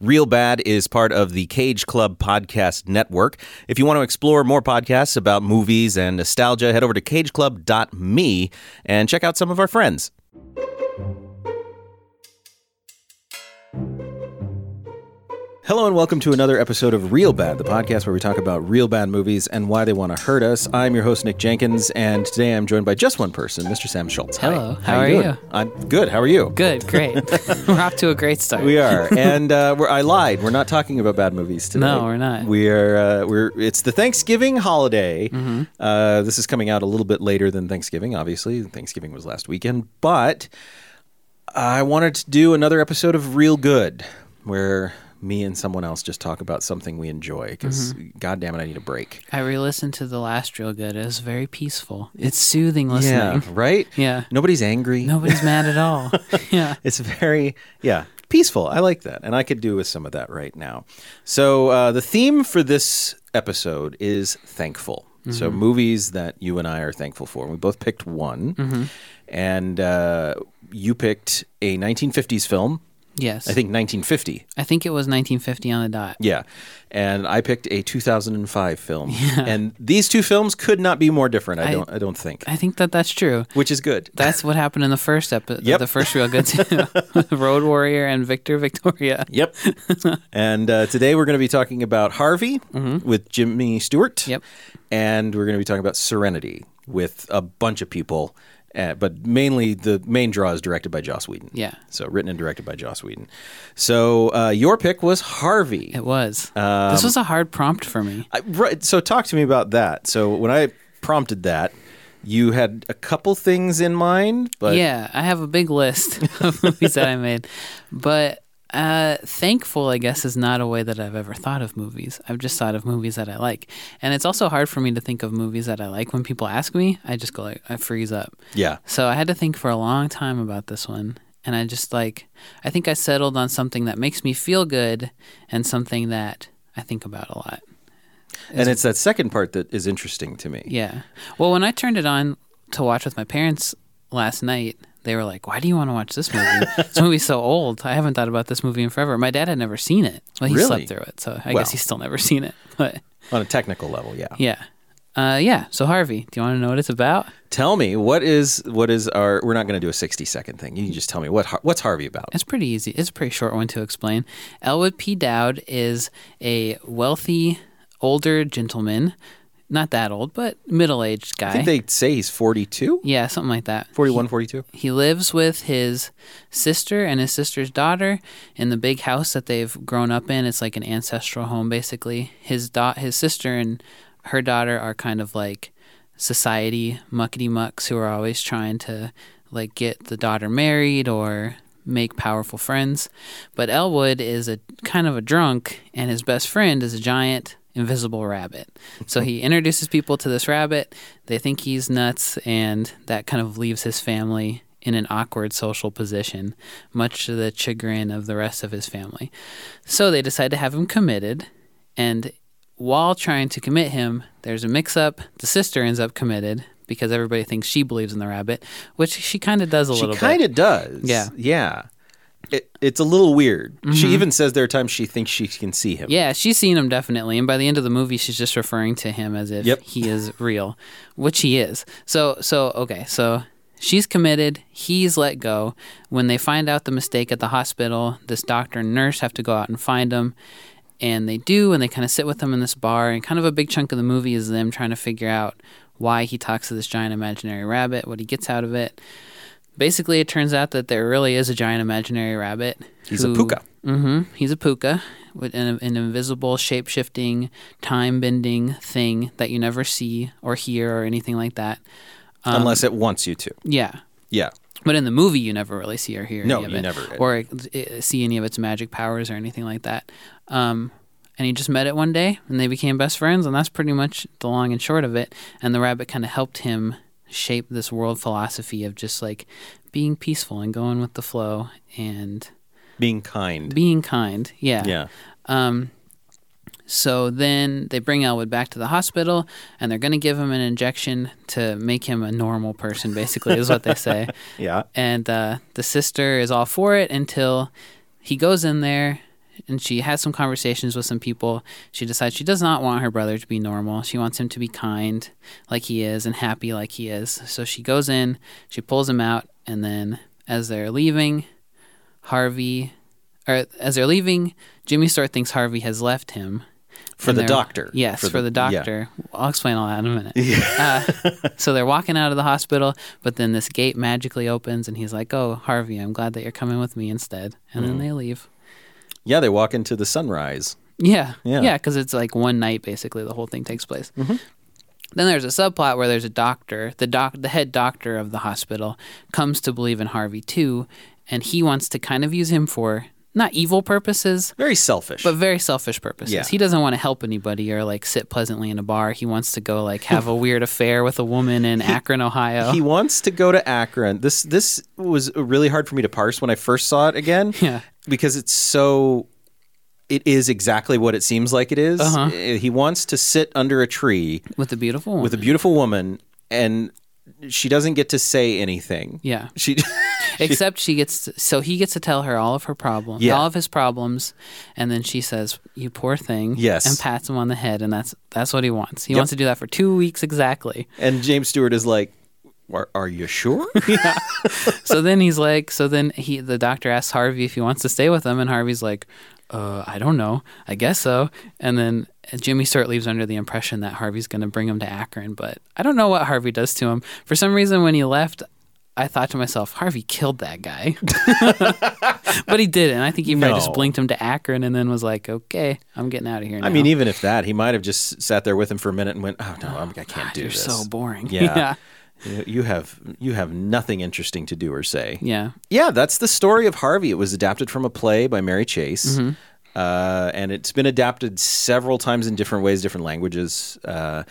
Real Bad is part of the Cage Club Podcast Network. If you want to explore more podcasts about movies and nostalgia, head over to cageclub.me and check out some of our friends. Hello and welcome to another episode of Real Bad, the podcast where we talk about real bad movies and why they want to hurt us. I'm your host Nick Jenkins, and today I'm joined by just one person, Mr. Sam Schultz. Hi. Hello. How are doing? you? I'm good. How are you? Good, great. We're off to a great start. We are, and uh, we're, I lied. We're not talking about bad movies today. No, we're not. We are. Uh, we're. It's the Thanksgiving holiday. Mm-hmm. Uh, this is coming out a little bit later than Thanksgiving. Obviously, Thanksgiving was last weekend, but I wanted to do another episode of Real Good, where me and someone else just talk about something we enjoy. Because Mm-hmm. goddamn it, I need a break. I re-listened to the last real good. It was very peaceful. It's soothing listening. Yeah. Right. Yeah. Nobody's angry. Nobody's mad at all. Yeah. It's very, yeah, peaceful. I like that. And I could do with some of that right now. So, uh, the theme for this episode is thankful. So, movies that you and I are thankful for. And we both picked one. And uh, you picked a 1950s film, Yes. I think 1950. I think it was 1950 on the dot. Yeah. And I picked a 2005 film. And these two films could not be more different, I, I- don't I don't think. I think that that's true. Which is good. That's what happened in the first episode, Yep. the first real good, too. Road Warrior and Victor Victoria. Yep. and uh, today we're going to be talking about Harvey with Jimmy Stewart. Mm-hmm. Yep. And we're going to be talking about Serenity with a bunch of people, uh, but mainly the main draw is directed by Joss Whedon. Yeah. So written and directed by Joss Whedon. So uh, your pick was Harvey. It was. Um, this was a hard prompt for me. I, right. So talk to me about that. So when I prompted that, you had a couple things in mind, but yeah, I have a big list of movies that I made, but uh, thankful, I guess, is not a way that I've ever thought of movies. I've just thought of movies that I like, and it's also hard for me to think of movies that I like. When people ask me, I just go like, I freeze up. yeah. So I had to think for a long time about this one. And I just like, I think I settled on something that makes me feel good and something that I think about a lot. And it's that second part that is interesting to me. Yeah. Well, when I turned it on to watch with my parents last night, they were like, "Why do you want to watch this movie? this movie's so old. I haven't thought about this movie in forever." My dad had never seen it. Well, he Really? slept through it, so I Wow. guess he's still never seen it. But On a technical level, yeah. yeah, uh, yeah. So Harvey, do you want to know what it's about? Tell me what is what is our? We're not going to do a sixty second thing. You can just tell me what Har- what's Harvey about. It's pretty easy. It's a pretty short one to explain. Elwood P. Dowd is a wealthy older gentleman, not that old, but middle-aged guy. I think they say he's 42, yeah, something like that. 41, 42. He lives with his sister and his sister's daughter in the big house that they've grown up in. It's like an ancestral home, basically. His da- his sister and her daughter are kind of like society muckety mucks who are always trying to like get the daughter married or make powerful friends. But Elwood is a kind of a drunk, and his best friend is a giant invisible rabbit. So he introduces people to this rabbit. They think he's nuts, and that kind of leaves his family in an awkward social position, much to the chagrin of the rest of his family. So they decide to have him committed, and while trying to commit him, there's a mix up. The sister ends up committed because everybody thinks she believes in the rabbit, which she kind of does a She little kind bit. of does. Yeah. Mm-hmm. yeah. It, it's a little weird. She even says there are times she thinks she can see him. Yeah, she's seen him definitely, and by the end of the movie, she's just referring to him as if Yep. he is real, which he is. So, so okay, so she's committed. He's let go. When they find out the mistake at the hospital, this doctor and nurse have to go out and find him, and they do, and they kind of sit with him in this bar, and kind of a big chunk of the movie is them trying to figure out why he talks to this giant imaginary rabbit, what he gets out of it. Basically, it turns out that there really is a giant imaginary rabbit. He's a who- puka. hmm He's a puka with an, an invisible, shape shifting, time bending thing that you never see or hear or anything like that. um, unless it wants you to. Yeah. Yeah, But in the movie, you never really see or hear No, any of you it, never did. or uh, see any of its magic powers or anything like that. Um, and he just met it one day, and they became best friends, and that's pretty much the long and short of it. And the rabbit kind of helped him shape this world philosophy of just like being peaceful and going with the flow and being kind. being kind. yeah, Um, so then they bring Elwood back to the hospital, and they're going to give him an injection to make him a normal person, basically, is what they say. yeah. And uh, the sister is all for it until he goes in there. and she has some conversations with some people. She decides she does not want her brother to be normal. She wants him to be kind like he is and happy like he is. So she goes in, she pulls him out, and then as they're leaving, Harvey or as they're leaving, Jimmy Stewart thinks Harvey has left him. For And the they're- doctor. Yes, for, For the, the- yeah. doctor. I'll explain all that in a minute. Uh, so they're walking out of the hospital, but then this gate magically opens, and he's like, "Oh, Harvey, I'm glad that you're coming with me instead." And Mm. then they leave. Yeah, they walk into the sunrise. Yeah. Yeah. Mm-hmm. Yeah, because it's like one night basically the whole thing takes place. Then there's a subplot where there's a doctor, the doc the head doctor of the hospital comes to believe in Harvey too, and he wants to kind of use him for not evil purposes, Very selfish. but very selfish purposes. Yeah. He doesn't want to help anybody or like sit pleasantly in a bar. He wants to go like have a weird affair with a woman in Akron, Ohio. he wants to go to Akron. This this was really hard for me to parse when I first saw it again. Yeah. Because it's so it is exactly what it seems like it is. Uh-huh. Uh, He wants to sit under a tree with a beautiful woman. with a beautiful woman and she doesn't get to say anything. yeah. She Except she gets to, so he gets to tell her all of her problems, Yeah. all of his problems, and then she says, "You poor thing," Yes. and pats him on the head, and that's that's what he wants. He wants to do that for two weeks exactly. and James Stewart is like are, are you sure? so then he's like, so then he the doctor asks Harvey if he wants to stay with him, and Harvey's like, "Uh, I don't know, I guess so." And then Jimmy Stewart leaves under the impression that Harvey's going to bring him to Akron, but I don't know what Harvey does to him. For some reason, when he left. I thought to myself, Harvey killed that guy. but he didn't. I think he probably just No. blinked him to Akron and then was like, okay, I'm getting out of here now. I mean, even if that, he might have just sat there with him for a minute and went, "Oh no, I'm, I can't do you're this." so boring. Yeah. yeah. You- You have you have nothing interesting to do or say. Yeah. Yeah, that's the story of Harvey. It was adapted from a play by Mary Chase. Mm-hmm. Uh, and it's been adapted several times in different ways, different languages. Uh,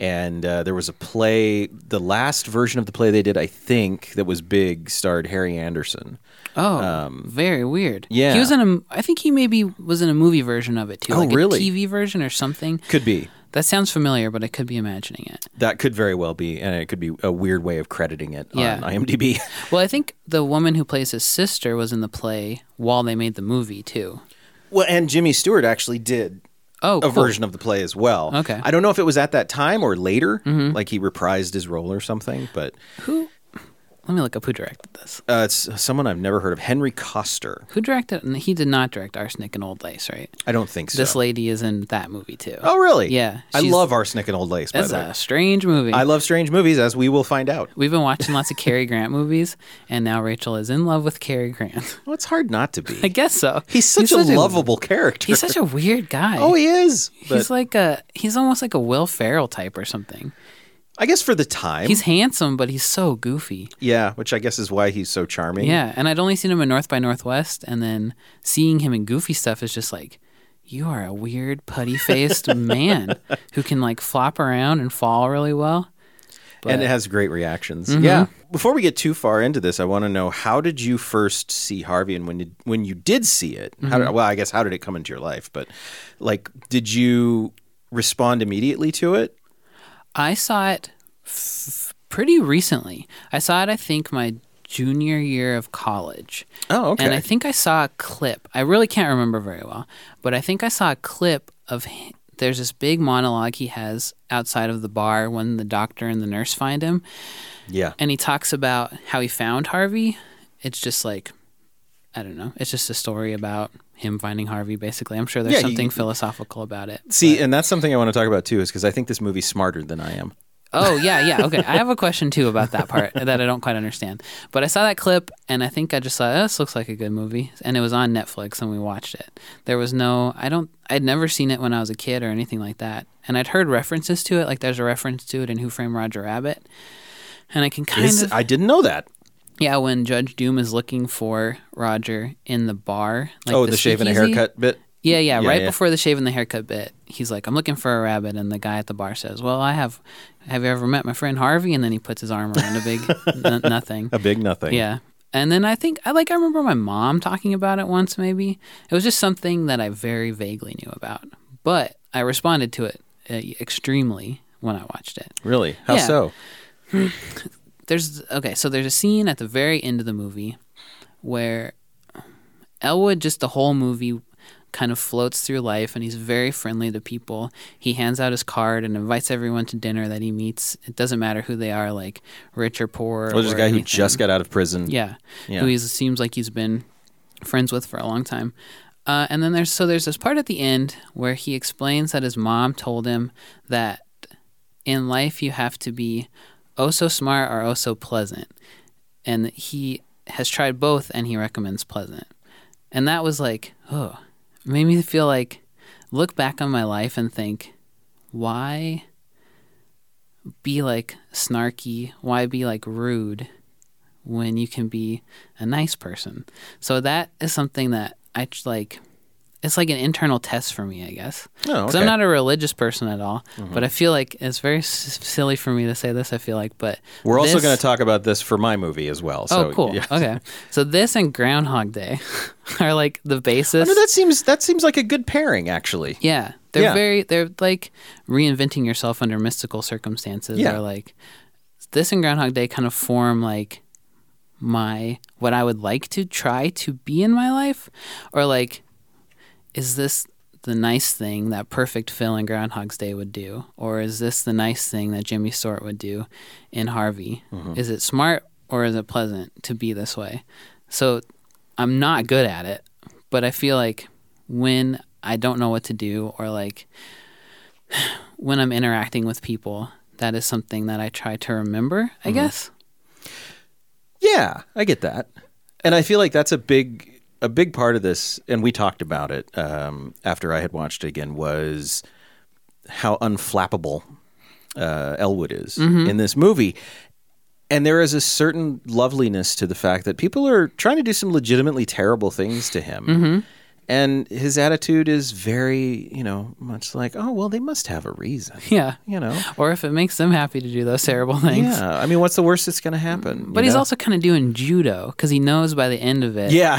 and uh, there was a play, the last version of the play they did, I think, that was big, starred Harry Anderson. Oh, very weird. Um, yeah. he was in a. I think he maybe was in a movie version of it too. Oh, like really? A TV version or something. Could be. That sounds familiar, but I could be imagining it. That could very well be. And it could be a weird way of crediting it Yeah. on IMDb. Well, I think the woman who plays his sister was in the play while they made the movie too. well, and Jimmy Stewart actually did Oh, a cool. version of the play as well. Okay. Mm-hmm. I don't know if it was at that time or later, like he reprised his role or something, but. Who? Let me look up who directed this. Uh, it's someone I've never heard of, Henry Coster. Who directed? and He did not direct Arsenic and Old Lace, right? I don't think so. This lady is in that movie too. oh, really? Yeah, I she's- love Arsenic and Old Lace, by that's the way. a strange movie. I love strange movies, as we will find out. We've been watching lots of Cary Grant movies, and now Rachel is in love with Cary Grant. Well, it's hard not to I be. guess so. He's such a lovable character. He's such a weird guy. oh, he is. But he's like a he's almost like a Will Ferrell type or something. I guess for the time, He's handsome, but he's so goofy. yeah, which I guess is why he's so charming. Yeah, and I'd only seen him in North by Northwest, and then seeing him in goofy stuff is just like, you are a weird putty faced man who can like flop around and fall really well. and it has great reactions. Mm-hmm. Yeah. Before we get too far into this, I want to know how did you first see Harvey, and when did, when you did see it? Mm-hmm. How did, well, I guess how did it come into your life? But like, did you respond immediately to it? I saw it f- pretty recently. I saw it, I think, my junior year of college. Oh, okay. And I think I saw a clip. I really can't remember very well, but I think I saw a clip of hi- there's this big monologue he has outside of the bar when the doctor and the nurse find him, yeah. and he talks about how he found Harvey. It's just like I don't know. It's just a story about him finding Harvey basically. I'm sure there's Yeah, you- something philosophical about it. See, and that's something I want to talk about too, is because I think this movie's smarter than I am. Oh yeah, yeah. Okay, I have a question too about that part that I don't quite understand. But I saw that clip and I think I just thought "Oh, this looks like a good movie, and it was on Netflix and we watched it. There was no, I don't, I'd never seen it when I was a kid or anything like that, and I'd heard references to it. Like there's a reference to it in Who Framed Roger Rabbit, and I can kind Is- of I didn't know that. yeah when Judge Doom is looking for Roger in the bar. Like oh, the, shave and a speakeasy. haircut bit. Yeah, yeah. Yeah, right yeah. before the shave and the haircut bit, he's like, "I'm looking for a rabbit," and the guy at the bar says, "Well, I have. Have you ever met my friend Harvey?" And then he puts his arm around a big n- nothing. A big nothing. Yeah. And then I think I like I remember my mom talking about it once. Maybe it was just something that I very vaguely knew about, but I responded to it uh, extremely when I watched it. Really? How Yeah. so? there's okay so there's a scene at the very end of the movie where elwood just the whole movie kind of floats through life and he's very friendly to people. He hands out his card and invites everyone to dinner that he meets. It doesn't matter who they are, like rich or poor. Well, Oh, there's or a guy who anything. just got out of prison. Yeah. Yeah. Who he seems like he's been friends with for a long time. Uh, and then there's so there's this part at the end where he explains that his mom told him that in life you have to be oh so smart or oh so pleasant. And he has tried both and he recommends pleasant. And that was like, oh, made me feel like look back on my life and think, why be like snarky? Why be like rude? when you can be a nice person. So that is something that I tr- like. It's like an internal test for me, I guess. Oh, Because okay. Mm-hmm. I'm not a religious person at all, but I feel like it's very s- silly for me to say this. I feel like, but We're also this- going to talk about this for my movie as well. So, oh, cool. Yeah. Okay, so this and Groundhog Day are like the basis. No, that seems that seems like a good pairing, actually. Yeah, they're Yeah. very they're like reinventing yourself under mystical circumstances. Yeah. Or like this and Groundhog Day kind of form like my what I would like to try to be in my life, or like is this the nice thing that perfect Phil in Groundhog's Day would do, or is this the nice thing that Jimmy Stewart would do in Harvey? Is it smart or is it pleasant to be this way? So I'm not good at it, but I feel like when I don't know what to do or like when I'm interacting with people, that is something that I try to remember, Mm-hmm. I guess. Yeah, I get that, and I feel like that's a big a big part of this. And we talked about it um, after I had watched it again was how unflappable uh, Elwood is Mm-hmm. in this movie. And there is a certain loveliness to the fact that people are trying to do some legitimately terrible things to him. Mm-hmm. And his attitude is very, you know, much like, oh, well, they must have a reason. Yeah. You know? Or if it makes them happy to do those terrible things. Yeah. I mean, what's the worst that's going to happen? you Mm, But he's know? also kind of doing judo because he knows by the end of it, Yeah.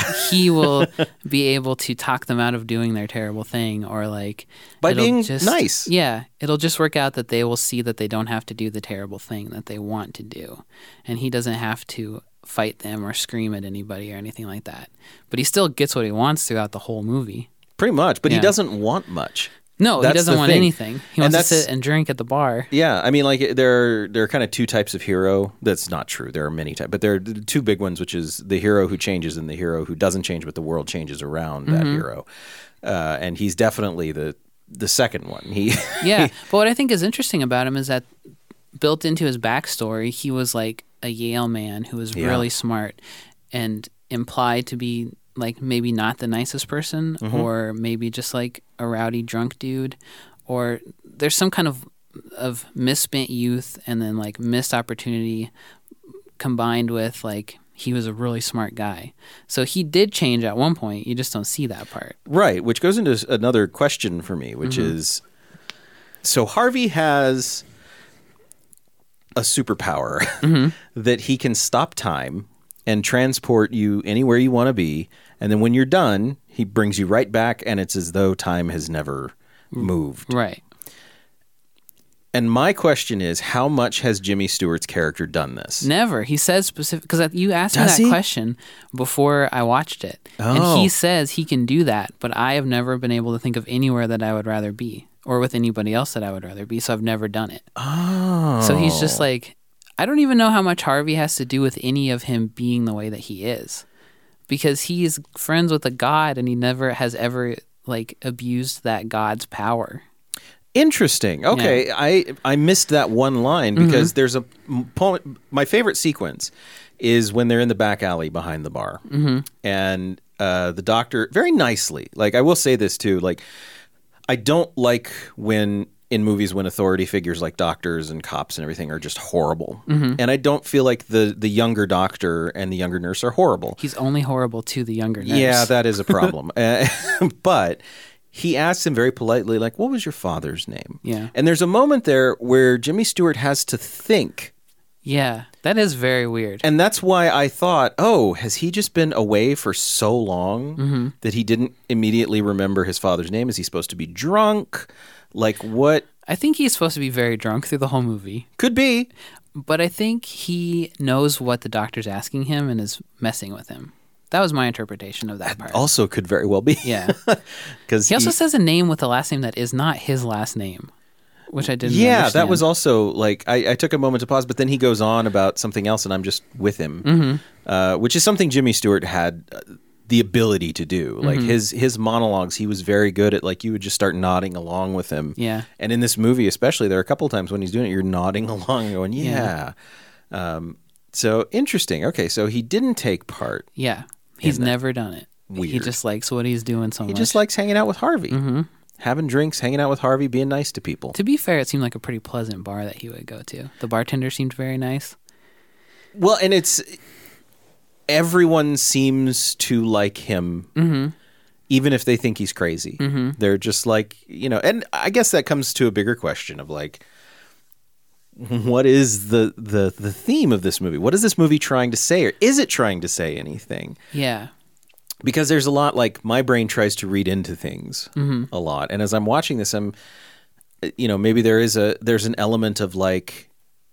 he will be able to talk them out of doing their terrible thing, or like By it'll being just- nice. Yeah, it'll just work out that they will see that they don't have to do the terrible thing that they want to do, and he doesn't have to fight them or scream at anybody or anything like that. But he still gets what he wants throughout the whole movie. Pretty much, but he Yeah. doesn't want much. No, That's he doesn't the want thing. anything. He And wants to that's- sit and drink at the bar. Yeah, I mean, like there are, there are kind of two types of hero. That's not true. There are many types, but there are the two big ones, which is the hero who changes and the hero who doesn't change, but the world changes around that hero. Uh, and he's definitely the the second one. He yeah. But what I think is interesting about him is that built into his backstory, he was like a Yale man who was Yeah. really smart and implied to be like maybe not the nicest person Mm-hmm. or maybe just like a rowdy drunk dude or there's some kind of of misspent youth and then like missed opportunity combined with like he was a really smart guy. So he did change at one point. You just don't see that part. right, which goes into s- another question for me, which Mm-hmm. is so Harvey has a superpower Mm-hmm. that he can stop time and transport you anywhere you want to be. And then when you're done, he brings you right back, and it's as though time has never Mm. moved. Right. And my question is how much has Jimmy Stewart's character done this? Never. He says specific because you asked Does me that he? question before I watched it, and Oh. he says he can do that, but I have never been able to think of anywhere that I would rather be, or with anybody else that I would rather be. So I've never done it. Oh. So he's just like, I don't even know how much Harvey has to do with any of him being the way that he is, because he is friends with a god, and he never has ever like abused that god's power. Interesting. Okay, I I missed that one line because there's a m- po- my favorite sequence is when they're in the back alley behind the bar, mm-hmm. and uh, the doctor very nicely. Like I will say this too. Like I don't like when in movies when authority figures like doctors and cops and everything are just horrible, and I don't feel like the the younger doctor and the younger nurse are horrible. He's only horrible to the younger nurse. Yeah, that is a problem. Uh, but he asks him very politely, like, "What was your father's name?" Yeah. and there's a moment there where Jimmy Stewart has to think, yeah, that is very weird. and that's why I thought, "Oh, has he just been away for so long Mm-hmm. that he didn't immediately remember his father's name? Is he supposed to be drunk? Like, what I think he's supposed to be very drunk through the whole movie. could be?" But I think he knows what the doctor's asking him and is messing with him. That was my interpretation of that part. Also, could very well be Yeah. because He also says a name with a last name that is not his last name, which I didn't. yeah, that understand. was also like I, I took a moment to pause, but then he goes on about something else, and I'm just with him, Mm-hmm. uh, which is something Jimmy Stewart had uh, the ability to do. Mm-hmm. Like his his monologues, he was very good at. Like you would just start nodding along with him. Yeah. And in this movie, especially, there are a couple times when he's doing it, you're nodding along, and going, yeah. Um, so interesting. Okay, so he didn't take part. Yeah, he's never done it. He Weird. just likes what he's doing so He much. Mm-hmm. just likes hanging out with Harvey, having drinks, hanging out with Harvey, being nice to people. to be fair, it seemed like a pretty pleasant bar that he would go to. The bartender seemed very nice. Well, and it's everyone seems to like him, even if they think he's crazy. They're just like you know, and I guess that comes to a bigger question of like, what is the the the theme of this movie? What is this movie trying to say, or is it trying to say anything? Yeah, because there's a lot like my brain tries to read into things a lot and as i'm watching this i'm you know maybe there is a there's an element of like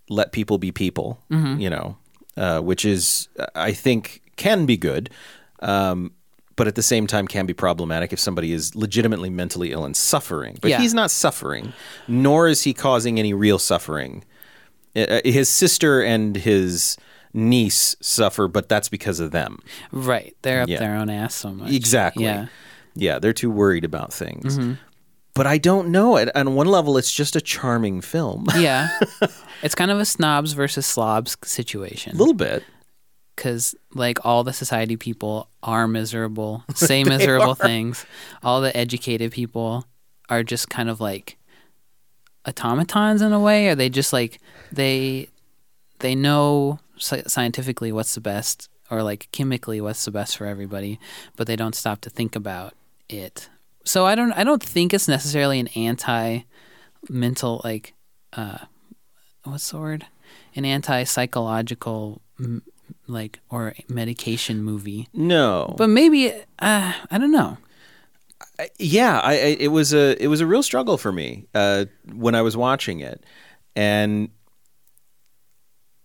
let people be people you know uh, which is i think can be good um, but at the same time can be problematic if somebody is legitimately mentally ill and suffering but Yeah. he's not suffering nor is he causing any real suffering Uh, his sister and his niece suffer but that's because of them right. They're up Yeah. their own ass so much. Exactly. Yeah. Yeah, Mm-hmm. they're too worried about things. But I don't know. At- On one level, it's just a charming film. a Yeah, it's kind of a snobs versus slobs situation. little bit. because like all the society people are miserable say miserable things all the educated people are just kind of like automatons in a way or they just like they they know sci- scientifically what's the best or like chemically what's the best for everybody but they don't stop to think about it so i don't i don't think it's necessarily an anti mental like uh what's the word an anti psychological m- like or medication movie No. but maybe uh, i don't know yeah, I, I it was a it was a real struggle for me uh, when I was watching it, and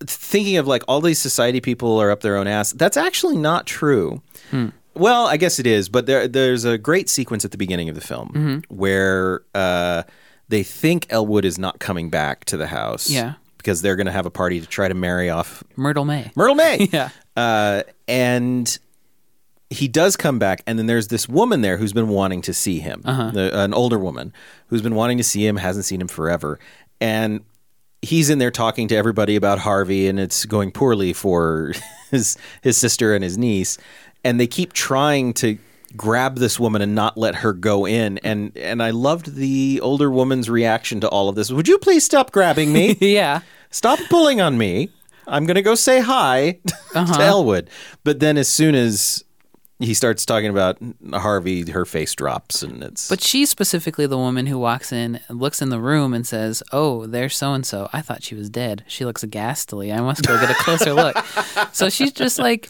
thinking of like all these society people are up their own ass. That's actually not true. Hmm. Well, I guess it is, but there there's a great sequence at the beginning of the film Mm-hmm. where uh, they think Elwood is not coming back to the house. Yeah. Because they're going to have a party to try to marry off myrtle may Myrtle May. Yeah. Uh, and he does come back, and then there's this woman there who's been wanting to see him, The- an older woman who's been wanting to see him, hasn't seen him forever, and he's in there talking to everybody about Harvey, and it's going poorly for his his sister and his niece, and they keep trying to grab this woman and not let her go in and and I loved the older woman's reaction to all of this. Would you please stop grabbing me? yeah stop pulling on me. I'm going to go say hi to Elwood. But then as soon as he starts talking about Harvey, her face drops and it's. but she's specifically the woman who walks in looks in the room and says oh there's so and so i thought she was dead she looks ghastly i must go get a closer look so she's just like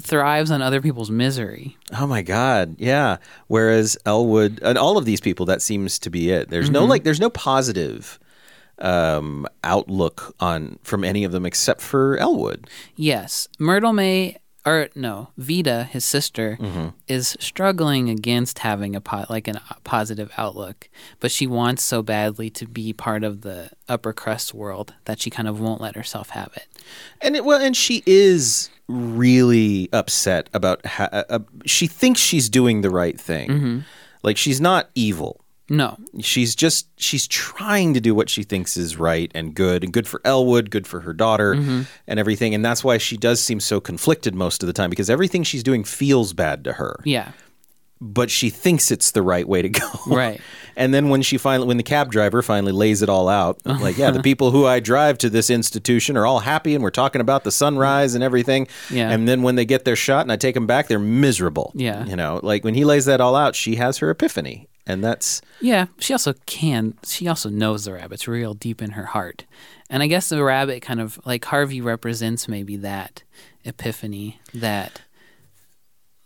thrives on other people's misery oh my God. Yeah. Whereas Elwood and all of these people, that seems to be it. There's no like, there's no positive um outlook on from any of them except for Elwood. Yes. Myrtle May, or no, Vita, his sister, is struggling against having a po- like an o- positive outlook, but she wants so badly to be part of the upper crust world that she kind of won't let herself have it. And it, well, and she is really upset about how uh, she thinks she's doing the right thing. Like she's not evil. No. she's just she's trying to do what she thinks is right and good and good for Elwood, good for her daughter Mm-hmm. and everything and that's why she does seem so conflicted most of the time because everything she's doing feels bad to her Yeah. but she thinks it's the right way to go. Right. And then when she finally when the cab driver finally lays it all out, Uh-huh. like yeah, the people who I drive to this institution are all happy and we're talking about the sunrise and everything. Yeah. And then when they get their shot and I take them back, they're miserable. Yeah. You know, like when he lays that all out, she has her epiphany. And that's Yeah, she also can. She also knows the rabbit's real deep in her heart, and I guess the rabbit kind of like Harvey represents maybe that epiphany, that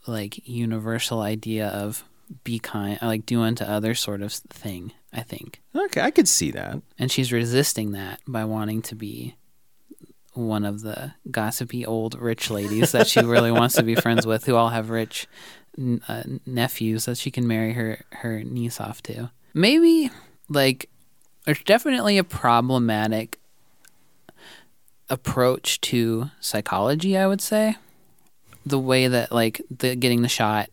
like universal idea of be kind, like do unto others sort of thing. I think, okay, I could see that. and she's resisting that by wanting to be one of the gossipy old rich ladies that she really wants to be friends with, who all have rich n- uh, nephews that she can marry her her niece off to. Maybe like there's definitely a problematic approach to psychology. I would say the way that like the getting the shot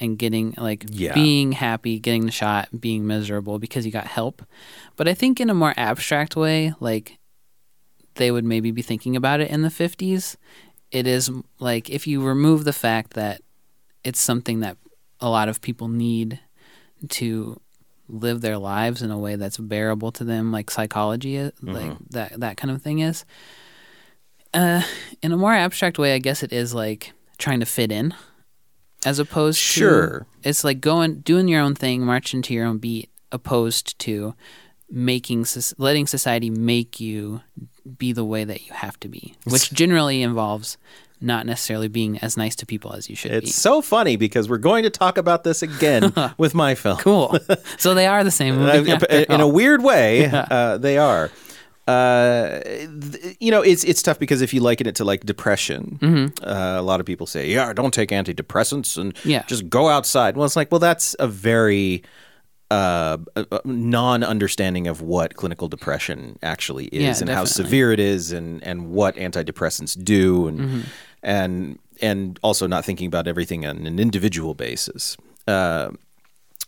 and getting like Yeah. being happy, getting the shot, being miserable because you got help. But I think in a more abstract way, like they would maybe be thinking about it in the 50s. It is m- like if you remove the fact that it's something that a lot of people need to live their lives in a way that's bearable to them, like psychology, i- Mm-hmm. like that that kind of thing is. Uh, in a more abstract way, I guess it is like trying to fit in, as opposed to Sure. it's like going doing your own thing, marching to your own beat, opposed to making soc- letting society make you be the way that you have to be, which generally involves not necessarily being as nice to people as you should It's be. so funny because we're going to talk about this again with my film. Cool. so they are the same Uh, movie. after in a all. weird way, uh, they are. Uh, th- you know, it's it's tough because if you liken it to like depression, uh, a lot of people say, "Yeah, don't take antidepressants and Yeah. just go outside." Well, it's like, well, that's a very uh, a- a non-understanding of what clinical depression actually is Yeah, and how definitely. severe it is, and and what antidepressants do, and Mm-hmm. and and also not thinking about everything on an individual basis. Uh,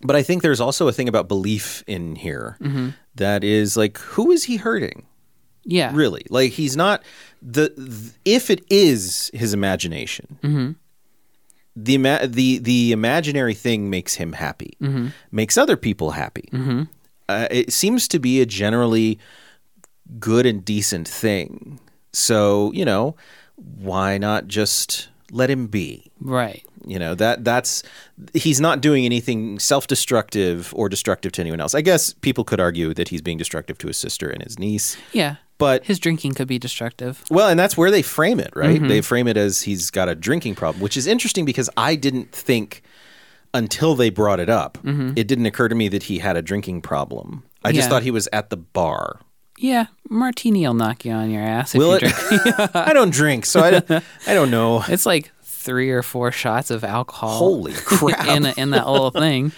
But I think there's also a thing about belief in here Mm-hmm. that is like, who is he hurting? yeah. Really? Like he's not the th- if it is his imagination. The, ima- the the imaginary thing makes him happy, makes other people happy. Uh, it seems to be a generally good and decent thing. So you know, why not just let him be? Right. you know that that's he's not doing anything self-destructive or destructive to anyone else i guess people could argue that he's being destructive to his sister and his niece Yeah. but His drinking could be destructive. well and that's where they frame it right Mm-hmm. they frame it as he's got a drinking problem which is interesting because i didn't think until they brought it up it didn't occur to me that he had a drinking problem i just Mm-hmm. Yeah. thought he was at the bar Yeah. Martini will knock you on your ass if Will it? you drink. i don't drink so i don't, I don't know It's like three or four shots of alcohol. Holy crap. in, in that little thing.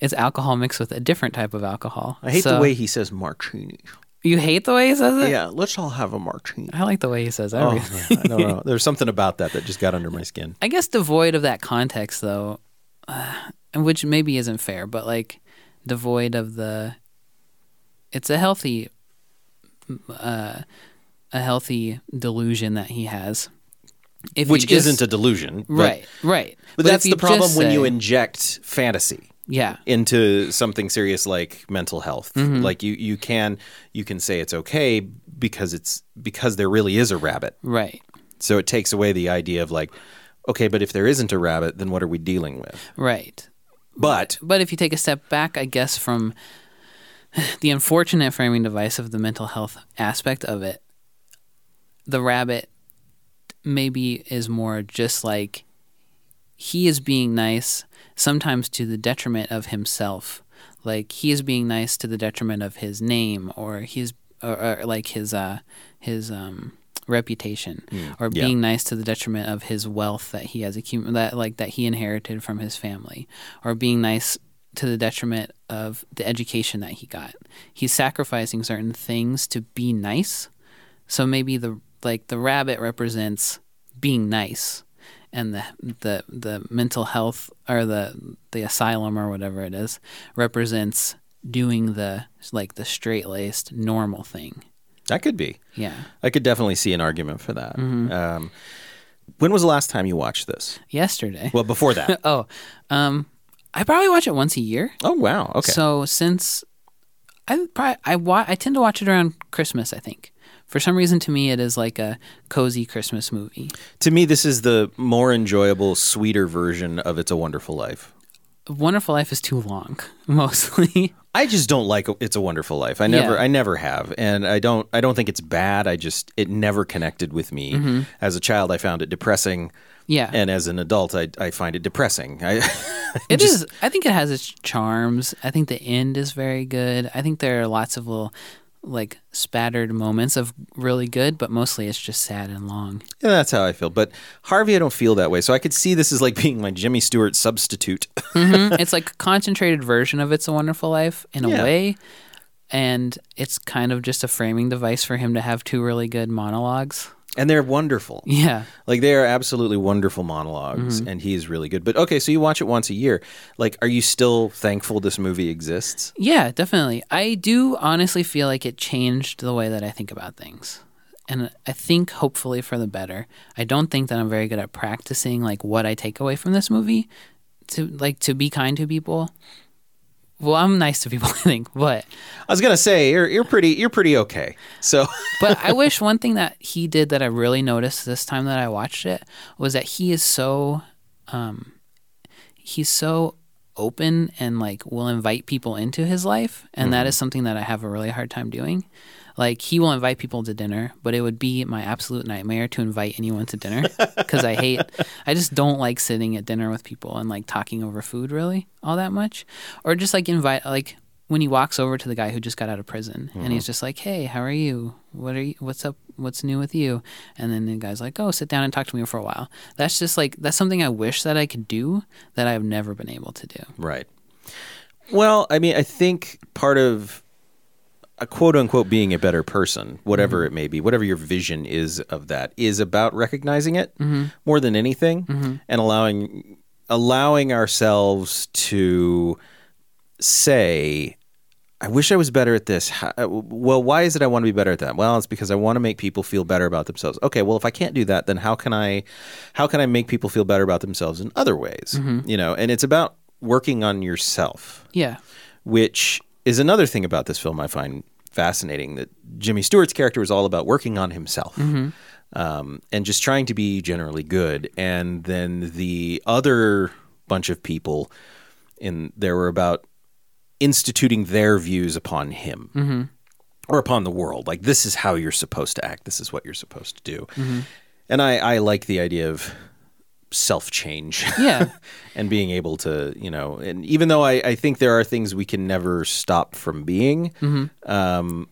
It's alcohol mixed with a different type of alcohol. i hate So- the way he says martini You hate the way he says it? yeah let's all have a martini I like the way he says everything. Oh, yeah, I don't know. There's something about that that just got under my skin. I guess devoid of that context, though, uh, which maybe isn't fair, but like devoid of the, it's a healthy, uh, a healthy delusion that he has, if you Which just- isn't a delusion. But, right, right. But, if that's you the problem just when you say- inject fantasy yeah, into something serious like mental health. Mm-hmm. Like you you can you can say it's okay because it's because there really is a rabbit. right, So it takes away the idea of like okay, but if there isn't a rabbit, then what are we dealing with? right. But But if you take a step back, I guess, from the unfortunate framing device of the mental health aspect of it, the rabbit maybe is more just like he is being nice, sometimes to the detriment of himself. Like he is being nice to the detriment of his name, or he's or, or like his uh his um reputation, or yeah. being nice to the detriment of his wealth that he has accum that like that he inherited from his family, or being nice to the detriment of the education that he got. He's sacrificing certain things to be nice. So maybe the like the rabbit represents being nice, and the the the mental health or the the asylum or whatever it is represents doing the like the straight laced normal thing. that could be. Yeah. I could definitely see an argument for that. Mm-hmm. Um, when was the last time you watched this? Yesterday. Well, before that. Oh, um, I probably watch it once a year. oh wow. Okay. So since I probably I wa- I tend to watch it around Christmas. I think for some reason to me it is like a cozy Christmas movie. To me, this is the more enjoyable, sweeter version of "It's a Wonderful Life." Wonderful Life is too long, mostly. I just don't like "It's a Wonderful Life." I never, Yeah. I never have, and I don't, I don't think it's bad. I just, it never connected with me. As a child, I found it depressing, yeah, and as an adult, I, I find it depressing. I, It is. I think it has its charms. I think the end is very good. I think there are lots of little like spattered moments of really good, but mostly it's just sad and long. Yeah, that's how I feel. But Harvey, I don't feel that way. So I could see this as like being my Jimmy Stewart substitute. Mhm. it's like a concentrated version of It's a Wonderful Life in a Yeah. way. And it's kind of just a framing device for him to have two really good monologues. and they're wonderful. Yeah. Like they are absolutely wonderful monologues, and he is really good. But okay, so you watch it once a year. Like, are you still thankful this movie exists? Yeah, definitely. I do honestly feel like it changed the way that I think about things. And I think hopefully for the better. I don't think that I'm very good at practicing like what I take away from this movie to like to be kind to people. Well, I'm nice to people, I think, but I was gonna say you're you're pretty you're pretty okay. So but I wish one thing that he did that I really noticed this time that I watched it was that he is so um he's so open and like will invite people into his life and that is something that I have a really hard time doing. Like he will invite people to dinner, but it would be my absolute nightmare to invite anyone to dinner cuz I hate I just don't like sitting at dinner with people and like talking over food really all that much or just like invite like when he walks over to the guy who just got out of prison and he's just like, "Hey, how are you? What are you? What's up? What's new with you?" And then the guy's like, "Oh, sit down and talk to me for a while." That's just like that's something I wish that I could do that I've never been able to do. right. Well, I mean, I think part of a quote unquote being a better person, whatever it may be, whatever your vision is of that, is about recognizing it more than anything and allowing allowing ourselves to say I wish I was better at this. How, uh, well, why is it I want to be better at that? Well, it's because I want to make people feel better about themselves. Okay, well, if I can't do that, then how can I how can I make people feel better about themselves in other ways? You know, and it's about working on yourself Yeah, which is another thing about this film I find fascinating that Jimmy Stewart's character is all about working on himself um, and just trying to be generally good. And then the other bunch of people in there were about instituting their views upon him or upon the world. Like, this is how you're supposed to act, this is what you're supposed to do. And I, I like the idea of self change yeah, and being able to, you know, and even though I, I think there are things we can never stop from being, um,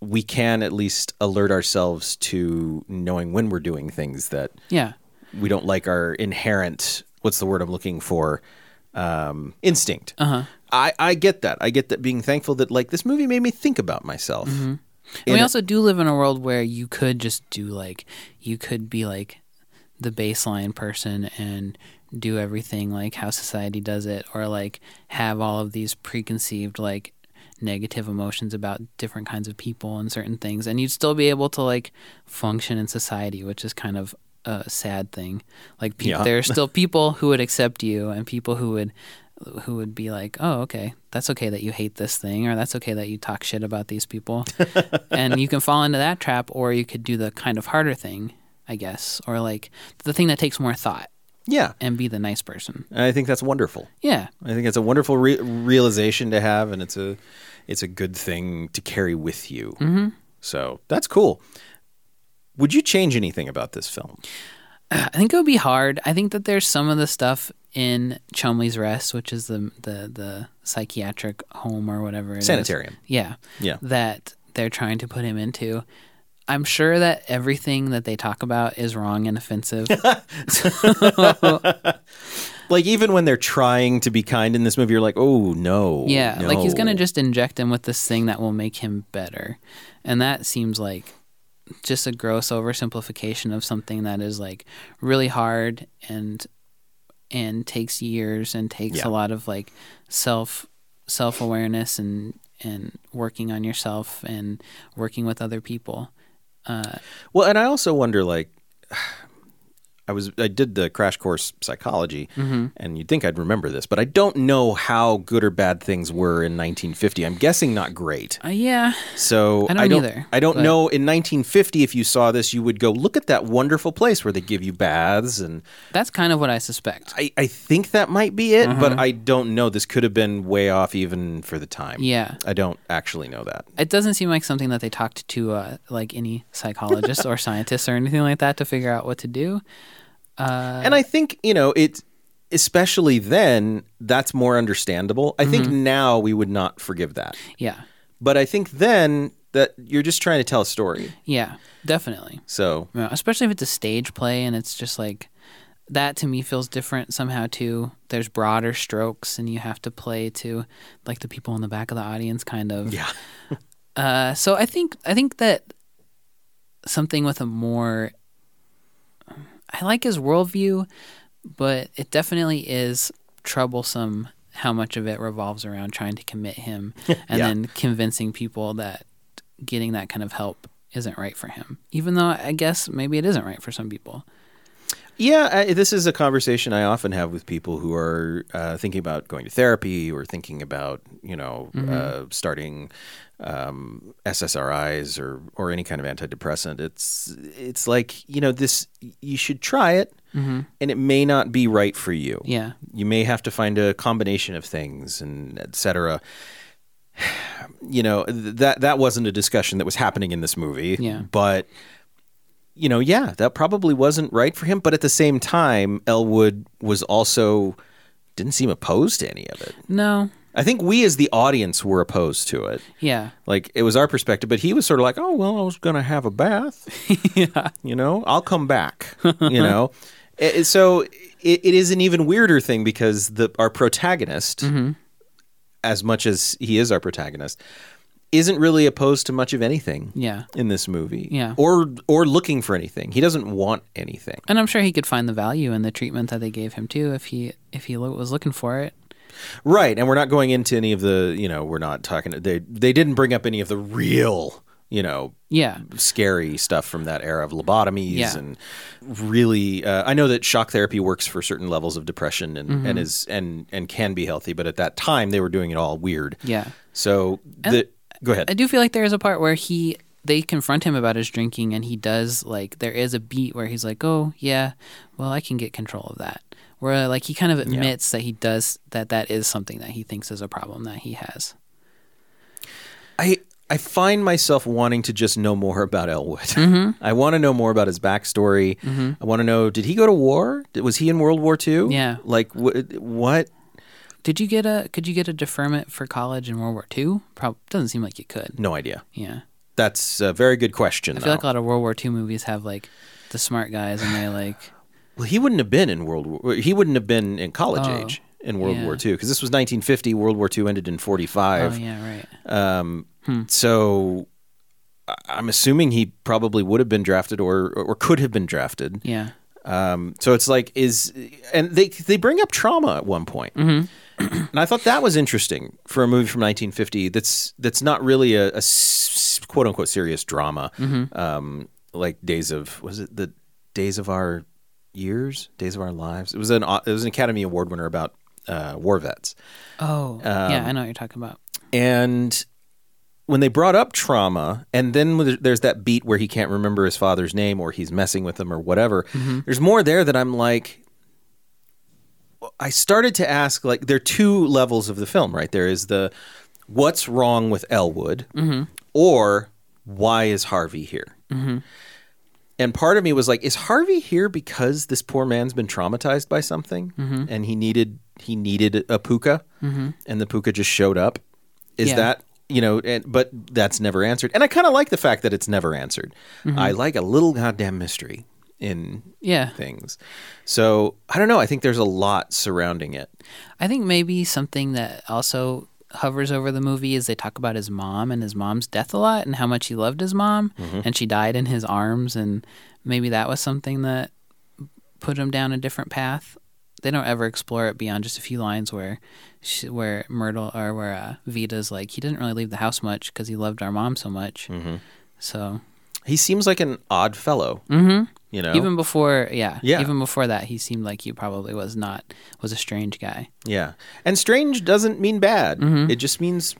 we can at least alert ourselves to knowing when we're doing things that yeah, we don't like our inherent, what's the word I'm looking for? Um, instinct. Uh-huh. I, I get that. I get that being thankful that like this movie made me think about myself. Mm-hmm. And we In- also do live in a world where you could just do like you could be like the baseline person and do everything like how society does it or like have all of these preconceived like negative emotions about different kinds of people and certain things and you'd still be able to like function in society which is kind of a sad thing like pe- Yeah. there are still people who would accept you and people who would who would be like oh okay that's okay that you hate this thing or that's okay that you talk shit about these people and you can fall into that trap or you could do the kind of harder thing i guess or like the thing that takes more thought Yeah. and be the nice person And I think that's wonderful. yeah I think it's a wonderful re- realization to have, and it's a it's a good thing to carry with you. Mm-hmm. So that's cool. Would you change anything about this film? I think it would be hard. I think that there's some of the stuff in Chumley's Rest, which is the the the psychiatric home or whatever it is. Sanitarium. Yeah. Yeah. That they're trying to put him into. I'm sure that everything that they talk about is wrong and offensive. Like even when they're trying to be kind in this movie, you're like, oh no, yeah, like he's gonna no. just inject him with this thing that will make him better, and that seems like just a gross oversimplification of something that is like really hard and and takes years and takes Yeah. a lot of like self self awareness and and working on yourself and working with other people. Well, and I also wonder, like, I was I did the crash course psychology, Mm-hmm. and you'd think I'd remember this, but I don't know how good or bad things were in 1950. I'm guessing not great. Uh, yeah, So I don't I don't, either, I don't but- know. In 1950, if you saw this, you would go look at that wonderful place where they give you baths, and that's kind of what I suspect. I, I think that might be it. Mm-hmm. But I don't know. This could have been way off even for the time. Yeah. I don't actually know that. It doesn't seem like something that they talked to uh, like any psychologist or scientist or anything like that to figure out what to do. Uh, and I think you know it, especially then. That's more understandable. I think now we would not forgive that, Yeah. but I think then that you're just trying to tell a story. Yeah, definitely. So Yeah, especially if it's a stage play and it's just like that to me feels different somehow too. There's broader strokes and you have to play to like the people in the back of the audience kind of. yeah, Uh, so I think I think that something with a more I like his worldview, but it definitely is troublesome how much of it revolves around trying to commit him and Yeah. then convincing people that getting that kind of help isn't right for him. Even though I guess maybe it isn't right for some people. yeah. I, this is a conversation I often have with people who are uh, thinking about going to therapy or thinking about you know uh, starting um, SSRIs or or any kind of antidepressant. It's it's like you know this. You should try it, and it may not be right for you. Yeah. you may have to find a combination of things and etc you know th- that that wasn't a discussion that was happening in this movie Yeah. but you know yeah that probably wasn't right for him but at the same time elwood was also didn't seem opposed to any of it No. i think we as the audience were opposed to it Yeah. like it was our perspective but he was sort of like oh well i was gonna have a bath yeah you know i'll come back you know I- I- so it, it is an even weirder thing because the our protagonist as much as he is our protagonist isn't really opposed to much of anything Yeah. in this movie Yeah. or or looking for anything he doesn't want anything And I'm sure he could find the value in the treatment that they gave him too if he if he lo- was looking for it. Right, and we're not going into any of the, you know, we're not talking they they didn't bring up any of the real, you know, Yeah. scary stuff from that era of lobotomies Yeah. and really uh, I know that shock therapy works for certain levels of depression and, Mm-hmm. and is and and can be healthy, but at that time they were doing it all weird. Yeah. So the go ahead. I do feel like there is a part where he they confront him about his drinking and he does like there is a beat where he's like, "Oh, yeah. Well, I can get control of that." Where like he kind of admits that he does that that is something that he thinks is a problem that he has. I I find myself wanting to just know more about Elwood. Mm-hmm. I want to know more about his backstory. I want to know did he go to war? Did- Was he in World War II? Yeah. Like wh- what Did you get a could you get a deferment for college in World War II? Probably doesn't seem like you could. No idea. Yeah. That's a very good question. I feel though. like a lot of World War II movies have like the smart guys and they like well, he wouldn't have been in World War. He wouldn't have been in college Oh, age in World yeah. War II because this was 1950. World War II ended in 45. Oh yeah, right. So I- I'm assuming he probably would have been drafted or or could have been drafted. Yeah. Um, so it's like is and they they bring up trauma at one point. Mm-hmm. and I thought that was interesting for a movie from 1950. That's that's not really a, a s- quote unquote serious drama, um, like Days of was it the Days of Our Years, Days of Our Lives. It was an it was an Academy Award winner about uh, war vets. Oh, yeah, I know what you're talking about. And when they brought up trauma, and then when there- there's that beat where he can't remember his father's name or he's messing with him or whatever, there's more there that I'm like, I started to ask like, there are two levels of the film, right? There is the what's wrong with Elwood or why is Harvey here? And part of me was like, is Harvey here because this poor man's been traumatized by something and he needed he needed a puka and the puka just showed up? Is Yeah. that you know, and, but that's never answered. And I kind of like the fact that it's never answered. I like a little goddamn mystery in Yeah. things. So I don't know. I think there's a lot surrounding it. I think maybe something that also hovers over the movie is they talk about his mom and his mom's death a lot and how much he loved his mom Mm-hmm. and she died in his arms and maybe that was something that put him down a different path. They don't ever explore it beyond just a few lines where she, where Myrtle or where uh, Vita's like he didn't really leave the house much cuz he loved our mom so much. Mm-hmm. So He seems like an odd fellow. Mm-hmm. You know, even before yeah, Yeah. even before that he seemed like he probably was not was a strange guy. yeah. And strange doesn't mean bad. It just means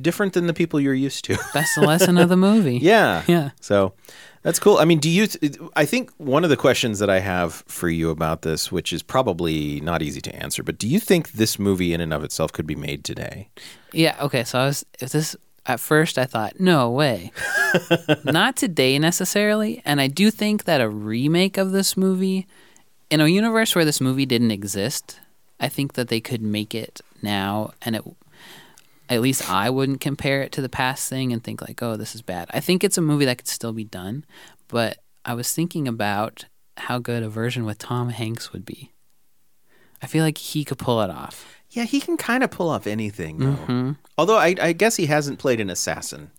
different than the people you're used to. That's the lesson of the movie. Yeah. Yeah. So that's cool. I mean, do you? Th- I think one of the questions that I have for you about this, which is probably not easy to answer, but do you think this movie in and of itself could be made today? Yeah. Okay. So I was if this at first I thought no way, not today necessarily, and I do think that a remake of this movie in a universe where this movie didn't exist, I think that they could make it now, and it at least I wouldn't compare it to the past thing and think like, oh, this is bad. I think it's a movie that could still be done, but I was thinking about how good a version with Tom Hanks would be. I feel like he could pull it off. Yeah, he can kind of pull off anything, though. Although I, I guess he hasn't played an assassin.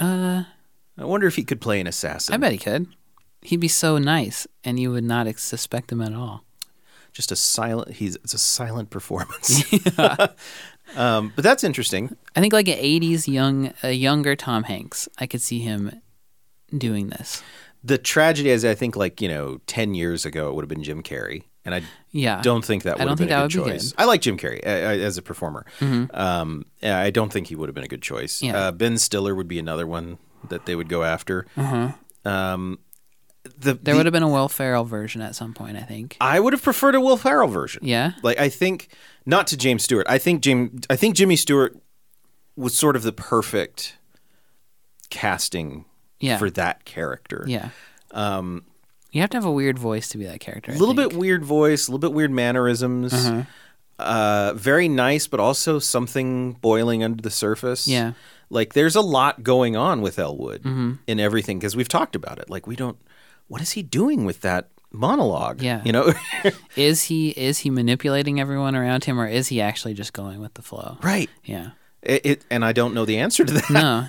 Uh, I wonder if he could play an assassin. I bet he could. He'd be so nice, and you would not ex- suspect him at all. Just a silent. He's it's a silent performance. um, but that's interesting. I think like an '80s young, a younger Tom Hanks. I could see him doing this. The tragedy is, I think, like you know, ten years ago, it would have been Jim Carrey, and I Yeah, don't think that I would have been don't think a that good would be Mm-hmm. choice. I like Jim Carrey uh, uh, as a performer. Um, yeah, I don't think he would have been a good choice. Yeah. Uh, ben Stiller would be another one that they would go after. Um, the, Uh-huh. there the- would have been a Will Ferrell version at some point. I think. I would have preferred a Will Ferrell version. Yeah. Like I think not to James Stewart. I think Jim. I think Jimmy Stewart was sort of the perfect casting Yeah. for that character. Yeah. Um, you have to have a weird voice to be that character. A little bit weird voice, a little bit weird mannerisms. Uh-huh. uh very nice, but also something boiling under the surface. Yeah. Mm-hmm. Like there's a lot going on with Elwood in everything because we've talked about it. Like we don't. What is he doing with that monologue? Yeah. You know. Is he is he manipulating everyone around him, or is he actually just going with the flow? right. Yeah. It, it, and I don't know the answer to that. No.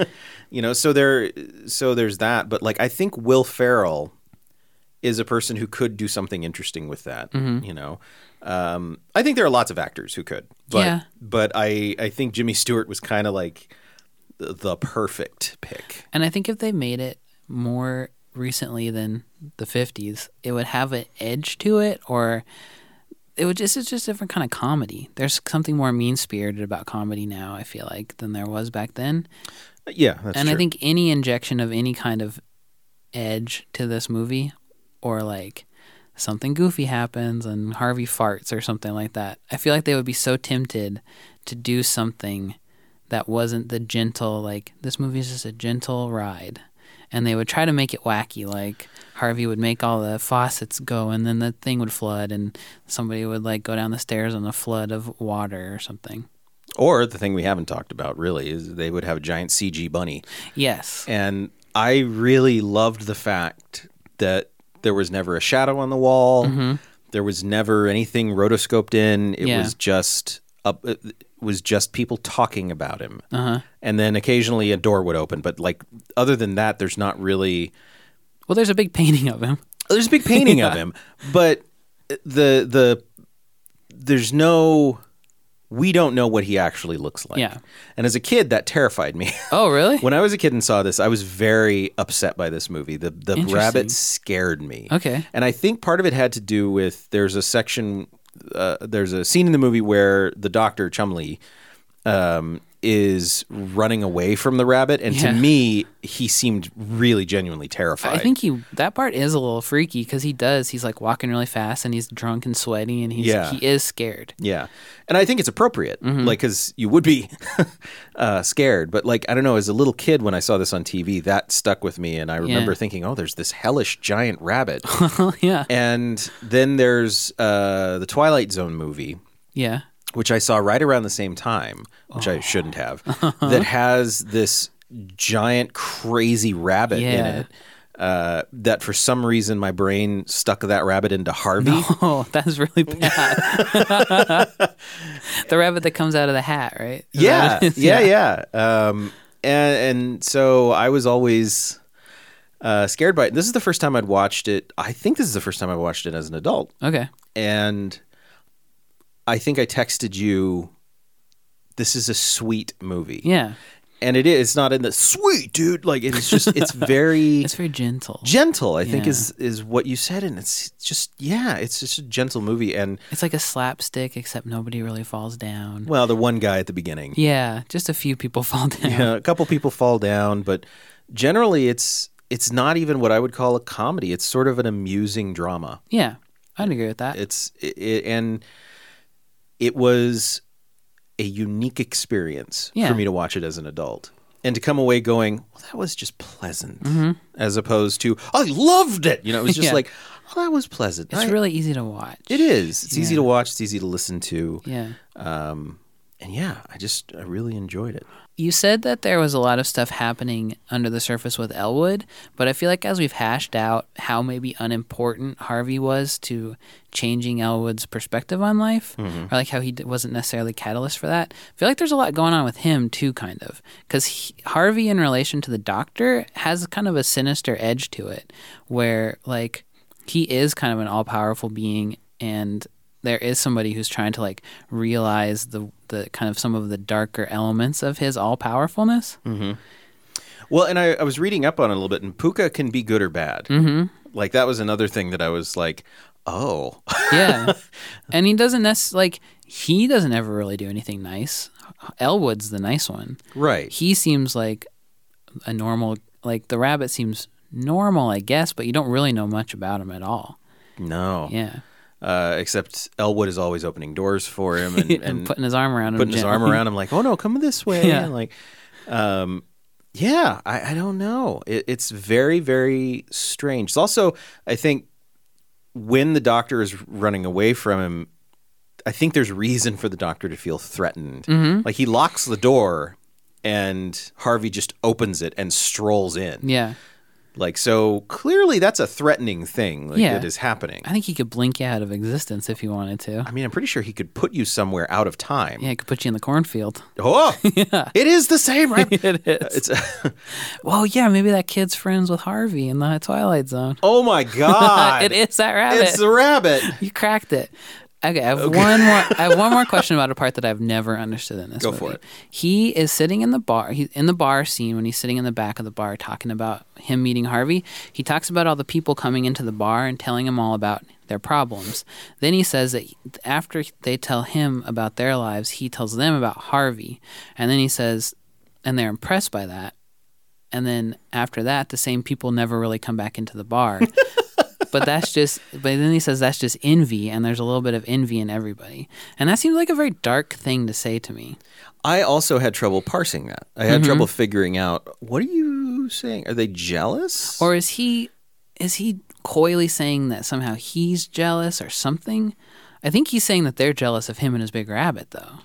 you know, so there, so there's that. But like, I think Will Ferrell is a person who could do something interesting with that. Mm-hmm. You know, um, I think there are lots of actors who could. But, Yeah. But I, I think Jimmy Stewart was kind of like the, the perfect pick. And I think if they made it more recently than the 50s, it would have an edge to it or it would just it's just a different kind of comedy. There's something more mean-spirited about comedy now, I feel like, than there was back then. Yeah, that's and true. I think any injection of any kind of edge to this movie or like something goofy happens and Harvey farts or something like that. I feel like they would be so tempted to do something that wasn't the gentle like this movie is just a gentle ride. And they would try to make it wacky like Harvey would make all the faucets go and then the thing would flood and somebody would like go down the stairs on a flood of water or something. or the thing we haven't talked about really is they would have a giant CG bunny. Yes. And I really loved the fact that there was never a shadow on the wall. There was never anything rotoscoped in. It Mm-hmm. Yeah. was just up. It was just people talking about him. Uh-huh. And then occasionally a door would open, but like other than that, there's not really. Well, there's a big painting of him. There's a big painting of him, but the the there's no. We don't know what he actually looks like. Yeah. And as a kid, that terrified me. Oh, really? When I was a kid and saw this, I was very upset by this movie. The the Interesting. rabbit scared me. Okay. And I think part of it had to do with there's a section, uh, there's a scene in the movie where the doctor Chumley um, is running away from the rabbit, and Yeah. to me, he seemed really genuinely terrified. I think he that part is a little freaky because he does. He's like walking really fast and he's drunk and sweaty and he's Yeah. he is scared. Yeah, and I think it's appropriate, Mm-hmm. like because you would be uh, scared. But like I don't know, as a little kid when I saw this on TV, that stuck with me, and I remember thinking, "Oh, there's this hellish giant rabbit." Oh, yeah, and then there's uh, the Twilight Zone movie, yeah, which I saw right around the same time, which I shouldn't have, that has this giant crazy rabbit in Yeah. it. Uh, that for some reason my brain stuck that rabbit into Harvey. Oh, that's really bad. the rabbit that comes out of the hat, right? Is yeah, that what it is? yeah, yeah, Um, and, and so I was always uh, scared by it. This is the first time I'd watched it. I think this is the first time I watched it as an adult, Okay. and I think I texted you. This is a sweet movie. Yeah, and it is. It's not in the sweet, dude. Like it's just. It's very. it's very gentle. gentle i think Yeah. is is what you said and it's just yeah it's just a gentle movie and It's like a slapstick, except nobody really falls down. well the one guy at the beginning Yeah, just a few people fall down. Yeah, a couple people fall down, but generally it's it's not even what I would call a comedy. It's sort of an amusing drama. Yeah, I'd agree with that. It's it, it, and it was a unique experience Yeah. for me to watch it as an adult and to come away going, "Well, that was just pleasant," as opposed to "I loved it." You know, it was just Mm-hmm. Yeah. like, "Oh, that was pleasant." It's I- really easy to watch. it is. It's easy Yeah. to watch. It's easy to listen to. Yeah. Um, and yeah, I just I really enjoyed it. You said that there was a lot of stuff happening under the surface with Elwood, but I feel like as we've hashed out how maybe unimportant Harvey was to changing Elwood's perspective on life, or like how he d- wasn't necessarily catalyst for that, I feel like there's a lot going on with him too, kind of. Because Harvey, in relation to the doctor, has kind of a sinister edge to it, where like he is kind of an all powerful being and there is somebody who's trying to like realize the the kind of some of the darker elements of his all powerfulness. Well, and I, I was reading up on it a little bit, and Puka can be good or bad. Mm. Like that was another thing that I was like, oh, Yeah, and he doesn't necessarily like he doesn't ever really do anything nice. Elwood's the nice one. right. He seems like a normal like the rabbit seems normal, I guess, but you don't really know much about him at all. No. Yeah, Uh, except Elwood is always opening doors for him and, and, and putting his arm around him, putting his arm gently. around him, like, oh no, come this way. Yeah. And like, um, yeah, I, I don't know. It, it's very, very strange. It's also, I think, when the doctor is running away from him, I think there's reason for the doctor to feel threatened. Mm-hmm. Like he locks the door, and Harvey just opens it and strolls in. Yeah, Like so, clearly that's a threatening thing like, Yeah. that is happening. I think he could blink you out of existence if he wanted to. I mean, I'm pretty sure he could put you somewhere out of time. Yeah, it could put you in the cornfield. Oh, it is the same, right? it is. Well, yeah, maybe that kid's friends with Harvey in the Twilight Zone. oh my god! it is that rabbit. It's the rabbit. You cracked it. Okay, I have one more. I have one more question about a part that I've never understood in this. Go movie. for it. He is sitting in the bar. He's in the bar scene when he's sitting in the back of the bar talking about him meeting Harvey. He talks about all the people coming into the bar and telling him all about their problems. Then he says that after they tell him about their lives, he tells them about Harvey, and then he says, and they're impressed by that. And then after that, the same people never really come back into the bar. but that's just but then he says that's just envy and there's a little bit of envy in everybody and that seems like a very dark thing to say to me I also had trouble parsing that. I Mm-hmm. had trouble figuring out what are you saying? Are they jealous? or is he is he coyly saying that somehow he's jealous or something i think he's saying that they're jealous of him and his big rabbit though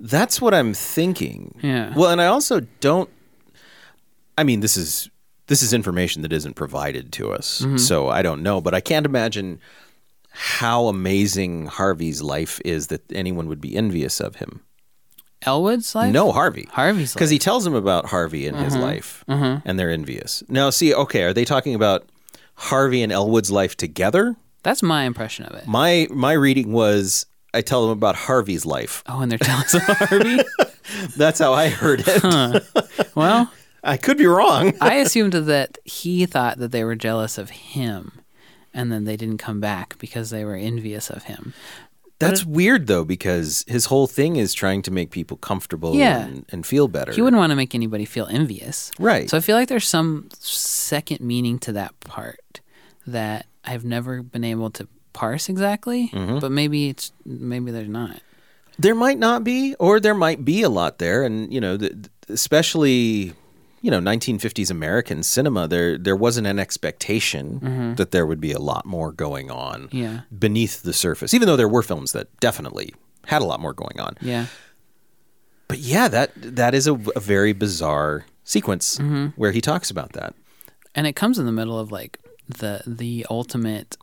that's what I'm thinking. Yeah. Well, and I also don't. I mean, this is this is information that isn't provided to us, Mm-hmm. so I don't know. But I can't imagine how amazing Harvey's life is that anyone would be envious of him. elwood's life No, Harvey. harvey's Uh-huh. Because life he tells them about Harvey and Mm-hmm. his life, and they're envious. Now, see, okay, are they talking about Harvey and Elwood's life together? that's my impression of it My my reading was I tell them about Harvey's life. oh and they're jealous of harvey That's how I heard it. well I could be wrong. i assumed that he thought that they were jealous of him and then they didn't come back because they were envious of him That's weird though, because his whole thing is trying to make people comfortable Yeah. and, and feel better. He wouldn't want to make anybody feel envious. Right. So I feel like there's some second meaning to that part that I've never been able to parse exactly, but maybe it's maybe there's not. there might not be, or there might be a lot there, and you know, th th- especially you know, 1950s American cinema. There, there wasn't an expectation that there would be a lot more going on Mm-hmm. Yeah. beneath the surface, even though there were films that definitely had a lot more going on. Yeah. But yeah, that that is a, a very bizarre sequence Mm-hmm. where he talks about that. And it comes in the middle of like the the ultimate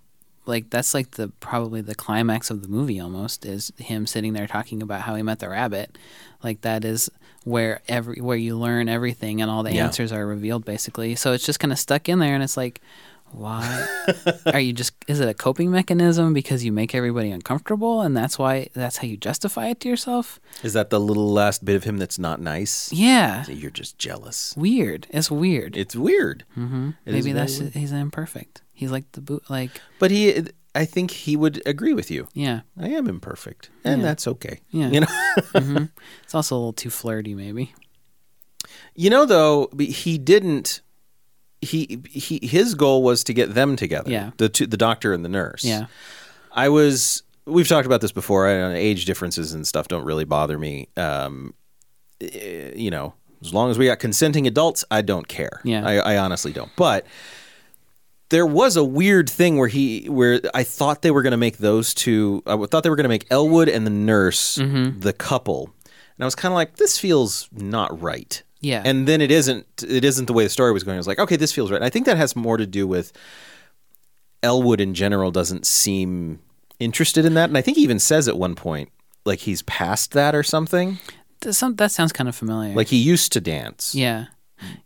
like that's like the probably the climax of the movie almost is him sitting there talking about how he met the rabbit. Like that is where every where you learn everything and all the Yeah. answers are revealed basically. So it's just kind of stuck in there and it's like why are you just is it a coping mechanism because you make everybody uncomfortable and that's why that's how you justify it to yourself? Is that the little last bit of him that's not nice? Yeah. You're just jealous. Weird. It's weird. It's weird. Mm-hmm. Maybe that's he's imperfect. He's like the boot like But he, I think he would agree with you. yeah. I am imperfect, and that's okay. Yeah. You know, It's also a little too flirty, maybe. you know though b- he didn't. He he his goal was to get them together. Yeah. The two, the doctor and the nurse. Yeah. I was. We've talked about this before. I don't know, age differences and stuff don't really bother me. Um, eh, you know, as long as we got consenting adults, I don't care. Yeah. I, I honestly don't. But there was a weird thing where he, where I thought they were going to make those two. I thought they were going to make Elwood and the nurse the couple, I was kind of like, this feels not right. Yeah. And then it isn't. It isn't the way the story was going. I was like, okay, this feels right. And I think that has more to do with Elwood in general doesn't seem interested in that, and I think he even says at one point like he's past that or something. That, some, that sounds kind of familiar. Like he used to dance. yeah,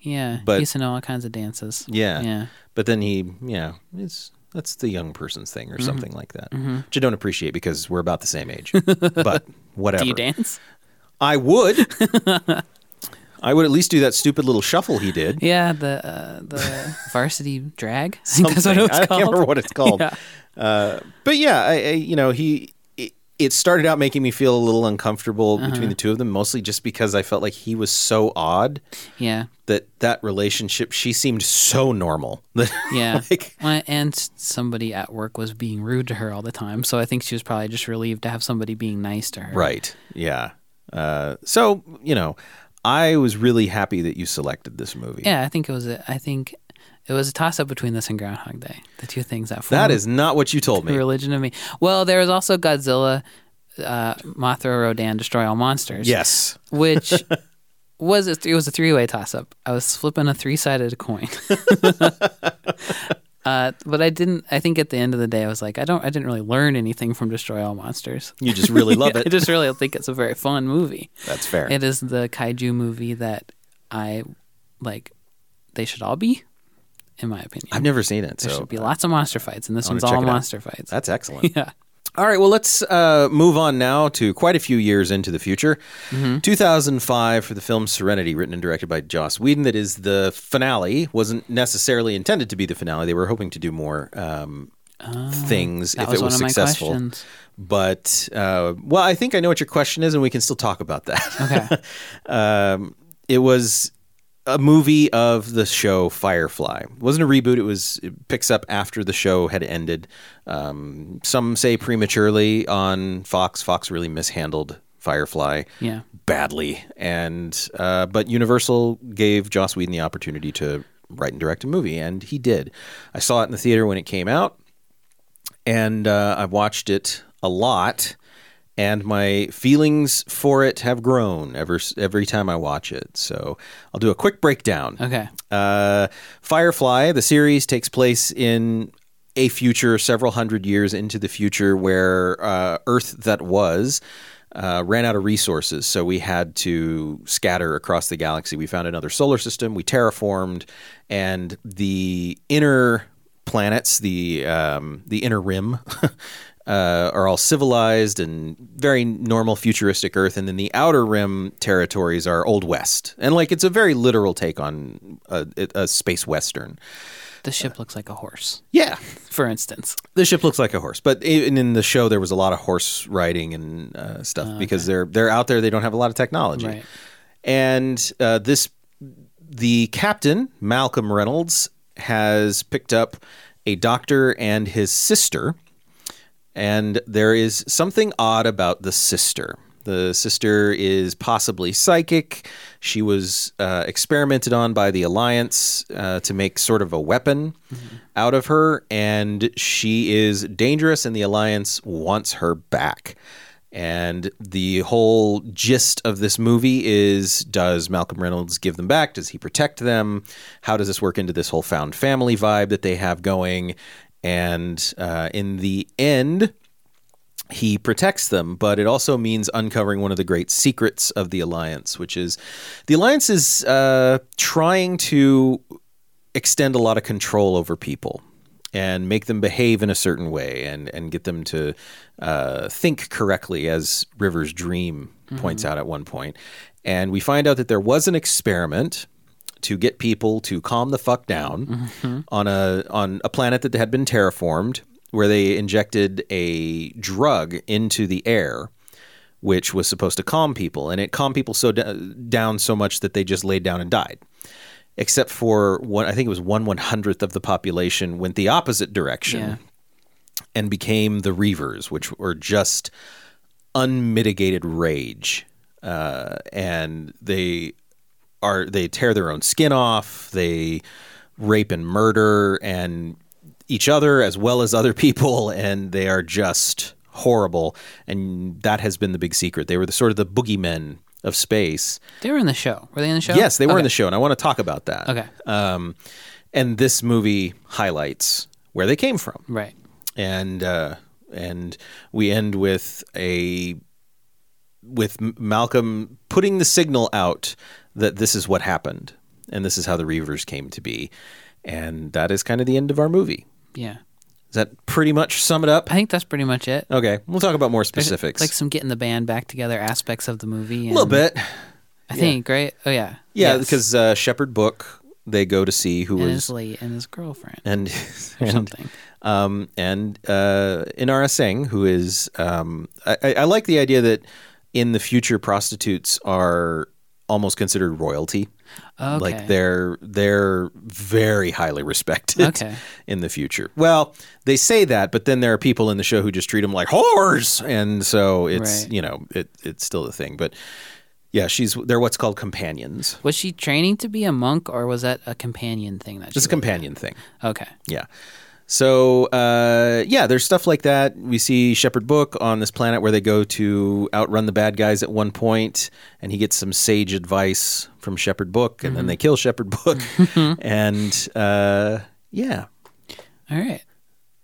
yeah. But- He used to know all kinds of dances. Yeah. yeah. But then he, yeah, it's that's the young person's thing or Mm-hmm. something like that, which I don't appreciate because we're about the same age. but whatever. Do you dance? I would. I would at least do that stupid little shuffle he did. Yeah, the uh, the varsity drag. I think that's what Something. it was I called. can't remember what it's called. Yeah. Uh, but yeah, I, I, you know, he. It, it started out making me feel a little uncomfortable Uh-huh. between the two of them, mostly just because I felt like he was so odd Yeah, that that relationship she seemed so normal that yeah. like Well, and s- somebody at work was being rude to her all the time, so I think she was probably just relieved to have somebody being nice to her. Right. Yeah. Uh, so you know, I was really happy that you selected this movie. Yeah, I think it was. A, I think it was a toss up between this and Groundhog Day. The two things that That formed is not what you told the me. religion of me. Well, there was also Godzilla, uh, Mothra, Rodan, Destroy All Monsters. Yes. which was a, it was a three way toss up. I was flipping a three sided coin. Uh, but I didn't. I think at the end of the day, I was like, I don't. I didn't really learn anything from Destroy All Monsters. You just really love I it. just really think it's a very fun movie. That's fair. It is the kaiju movie that I like. They should all be, in my opinion. I've never seen it, there so should be lots of monster fights, and this one's check all it out. monster fights. that's excellent. yeah. All right, well, let's uh, move on now to quite a few years into the future. Mm-hmm. 2005 for the film Serenity, written and directed by Joss Whedon. That is the finale. wasn't necessarily intended to be the finale. They were hoping to do more um, things Ah, That if was, it was one of successful. my questions. but uh, well, I think I know what your question is, and we can still talk about that. Okay. um, it was a movie of the show Firefly. It wasn't a reboot. It was it picks up after the show had ended. Um, some say prematurely on Fox. Fox really mishandled Firefly yeah. badly, and uh, but Universal gave Joss Whedon the opportunity to write and direct a movie, and he did. I saw it in the theater when it came out, and uh, I've watched it a lot, and my feelings for it have grown ever every time I watch it. So I'll do a quick breakdown. Okay. Uh, Firefly, the series, takes place in a future several hundred years into the future where uh, Earth that was. Uh, ran out of resources, so we had to scatter across the galaxy. We found another solar system, we terraformed, and the inner planets, the um, the inner rim, uh, are all civilized and very normal futuristic Earth, and then the outer rim territories are Old West, and like it's a very literal take on a, a space western. The Uh, ship looks like a horse, Yeah, for instance. the ship looks like a horse, but even in the show, there was a lot of horse riding and uh, stuff because they're they're out there. They don't have a lot of technology, Right. and uh, this the captain Malcolm Reynolds has picked up a doctor and his sister, and there is something odd about the sister. The sister is possibly psychic. She was uh, experimented on by the Alliance uh, to make sort of a weapon out of her, and she is dangerous, and the Alliance wants her back. And the whole gist of this movie is does Malcolm Reynolds give them back? Does he protect them? How does this work into this whole found family vibe that they have going? And uh, in the end, he protects them, but it also means uncovering one of the great secrets of the Alliance, which is the Alliance is uh, trying to extend a lot of control over people and make them behave in a certain way and, and get them to uh, think correctly, as Rivers' dream points out at one point. And we find out that there was an experiment to get people to calm the fuck down on a on a planet that had been terraformed, where they injected a drug into the air, which was supposed to calm people, and it calmed people so d- down so much that they just laid down and died. Except for one, I think it was one one hundredth of the population went the opposite direction Yeah. and became the Reavers, which were just unmitigated rage, uh, and they are they tear their own skin off, they rape and murder and each other as well as other people, and they are just horrible. And that has been the big secret. They were the sort of the boogeymen of space. They were in the show. Were they in the show? Yes, they were in the Okay. show, and I want to talk about that. Okay. Um, and this movie highlights where they came from, Right. and uh, and we end with a with M- Malcolm putting the signal out that this is what happened, and this is how the Reavers came to be, and that is kind of the end of our movie. Yeah. Does that pretty much sum it up? I think that's pretty much it. Okay, we'll talk about more There's, specifics. Like some getting the band back together aspects of the movie. a little and- bit. I think, right? Oh, yeah. Yeah, Yes. because uh, Shepherd Book, they go to see who And was his late and his girlfriend and or and something. um, and uh, Inara Singh, who is um, I, I I like the idea that in the future prostitutes are almost considered royalty. Okay. Like they're they're very highly respected Okay. in the future. Well, they say that, but then there are people in the show who just treat them like whores, and so it's Right. you know it it's still a thing. But yeah, she's they're what's called companions. Was she training to be a monk or was that a companion thing that she It's a companion thing. Okay. Yeah. So uh, yeah, there's stuff like that. We see Shepherd Book on this planet where they go to outrun the bad guys at one point, and he gets some sage advice from Shepherd Book, and then they kill Shepherd Book, and uh, yeah, All right.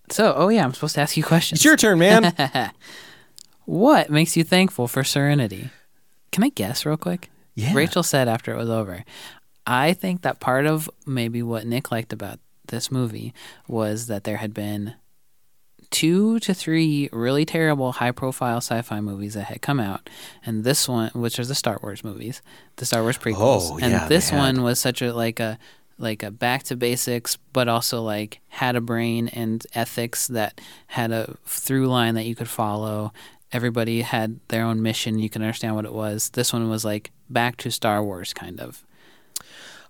So, oh yeah, I'm supposed to ask you questions. it's your turn, man. What makes you thankful for serenity? Can I guess real quick? Yeah. Rachel said after it was over, I think that part of maybe what Nick liked about this movie was that there had been two to three really terrible high profile sci fi movies that had come out. And this one, which are the Star Wars movies, the Star Wars prequels. Oh, and yeah, they this had. one was such a like a like a back to basics, but also like had a brain and ethics that had a through line that you could follow. Everybody had their own mission. You can understand what it was. This one was like back to Star Wars, kind of.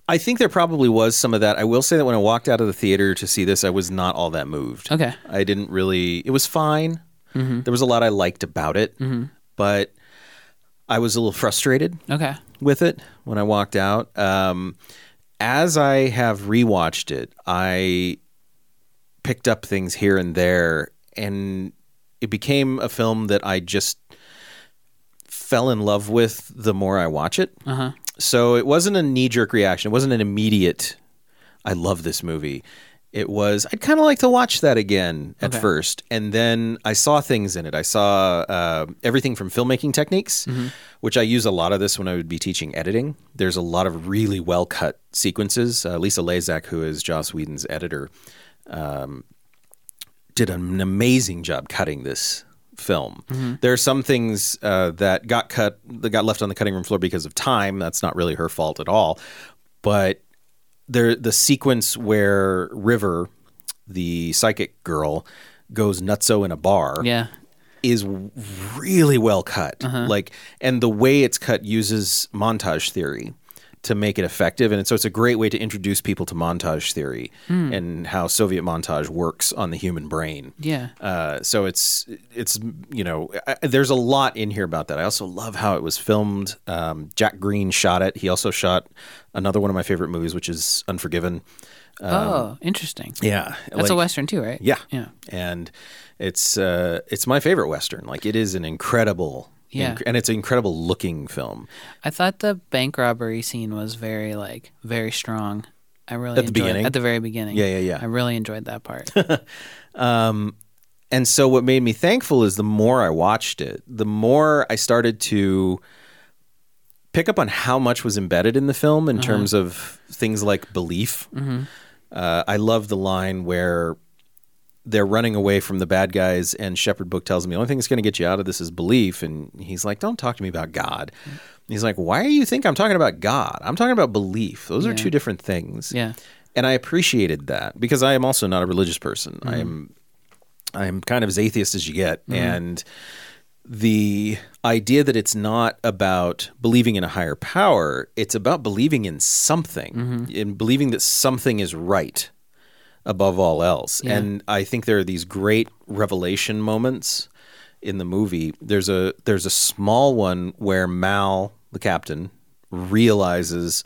I think there probably was some of that. I will say that when I walked out of the theater to see this, I was not all that moved. Okay. I didn't really. It was fine. There was a lot I liked about it, Mm-hmm. but I was a little frustrated. Okay. with it when I walked out. Um, as I have rewatched it, I picked up things here and there, and it became a film that I just fell in love with the more I watch it. Uh huh. So it wasn't a knee jerk reaction. It wasn't an immediate, I love this movie. It was, I'd kind of like to watch that again at Okay. first. And then I saw things in it. I saw uh, everything from filmmaking techniques, which I use a lot of this when I would be teaching editing. There's a lot of really well cut sequences. Uh, Lisa Lazak, who is Joss Whedon's editor, did an amazing job cutting this film. There are some things uh, that got cut that got left on the cutting room floor because of time. That's not really her fault at all. But there, the sequence where River, the psychic girl, goes nutso in a bar Yeah. is really well cut. Like, and the way it's cut uses montage theory to make it effective, and so it's a great way to introduce people to montage theory and how Soviet montage works on the human brain. Yeah. Uh, so it's it's you know I, there's a lot in here about that. I also love how it was filmed. Um, Jack Green shot it. He also shot another one of my favorite movies, which is Unforgiven. oh, interesting. Yeah, That's a western too, right? Um, yeah. Yeah. And it's uh it's my favorite western. Like it is an incredible Yeah. and it's an incredible looking film. I thought the bank robbery scene was very like very strong. I really At the enjoyed, beginning? at the very beginning. Yeah, yeah, yeah. I really enjoyed that part. And so what made me thankful is the more I watched it, the more I started to pick up on how much was embedded in the film Uh-huh. in terms of things like belief. Mm-hmm. Uh, I love the line where they're running away from the bad guys, and Shepherd Book tells him the only thing that's going to get you out of this is belief. And he's like, "Don't talk to me about God." Mm-hmm. And he's like, "Why do you think I'm talking about God? I'm talking about belief. Those are Yeah. two different things." yeah. and I appreciated that because I am also not a religious person. Mm-hmm. I am I am kind of as atheist as you get, and the idea that it's not about believing in a higher power; it's about believing in something Mm-hmm. and believing that something is right above all else. Yeah. And I think there are these great revelation moments in the movie. There's a there's a small one where Mal, the captain, realizes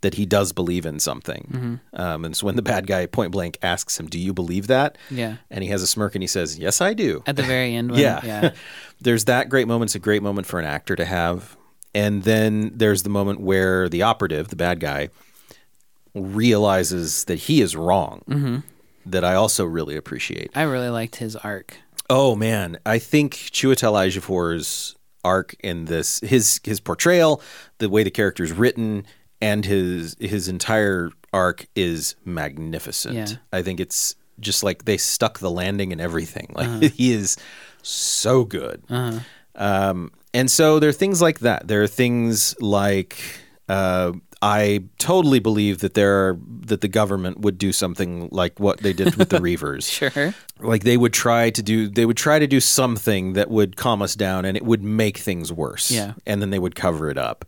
that he does believe in something. Mm-hmm. Um, and so when the bad guy point blank asks him, "Do you believe that?" Yeah. and he has a smirk and he says, "Yes, I do." At the very end when yeah. yeah. There's that great moment. It's a great moment for an actor to have. And then there's the moment where the operative, the bad guy, realizes that he is wrong. That I also really appreciate. I really liked his arc. Oh man, I think Chiwetel Ejiofor's arc in this, his his portrayal, the way the character is written, and his his entire arc is magnificent. Yeah. I think it's just like they stuck the landing and everything. Like he is so good. Um, and so there are things like that. There are things like uh, I totally believe that there are, that the government would do something like what they did with the Reavers Sure. like they would try to do they would try to do something that would calm us down and it would make things worse Yeah. and then they would cover it up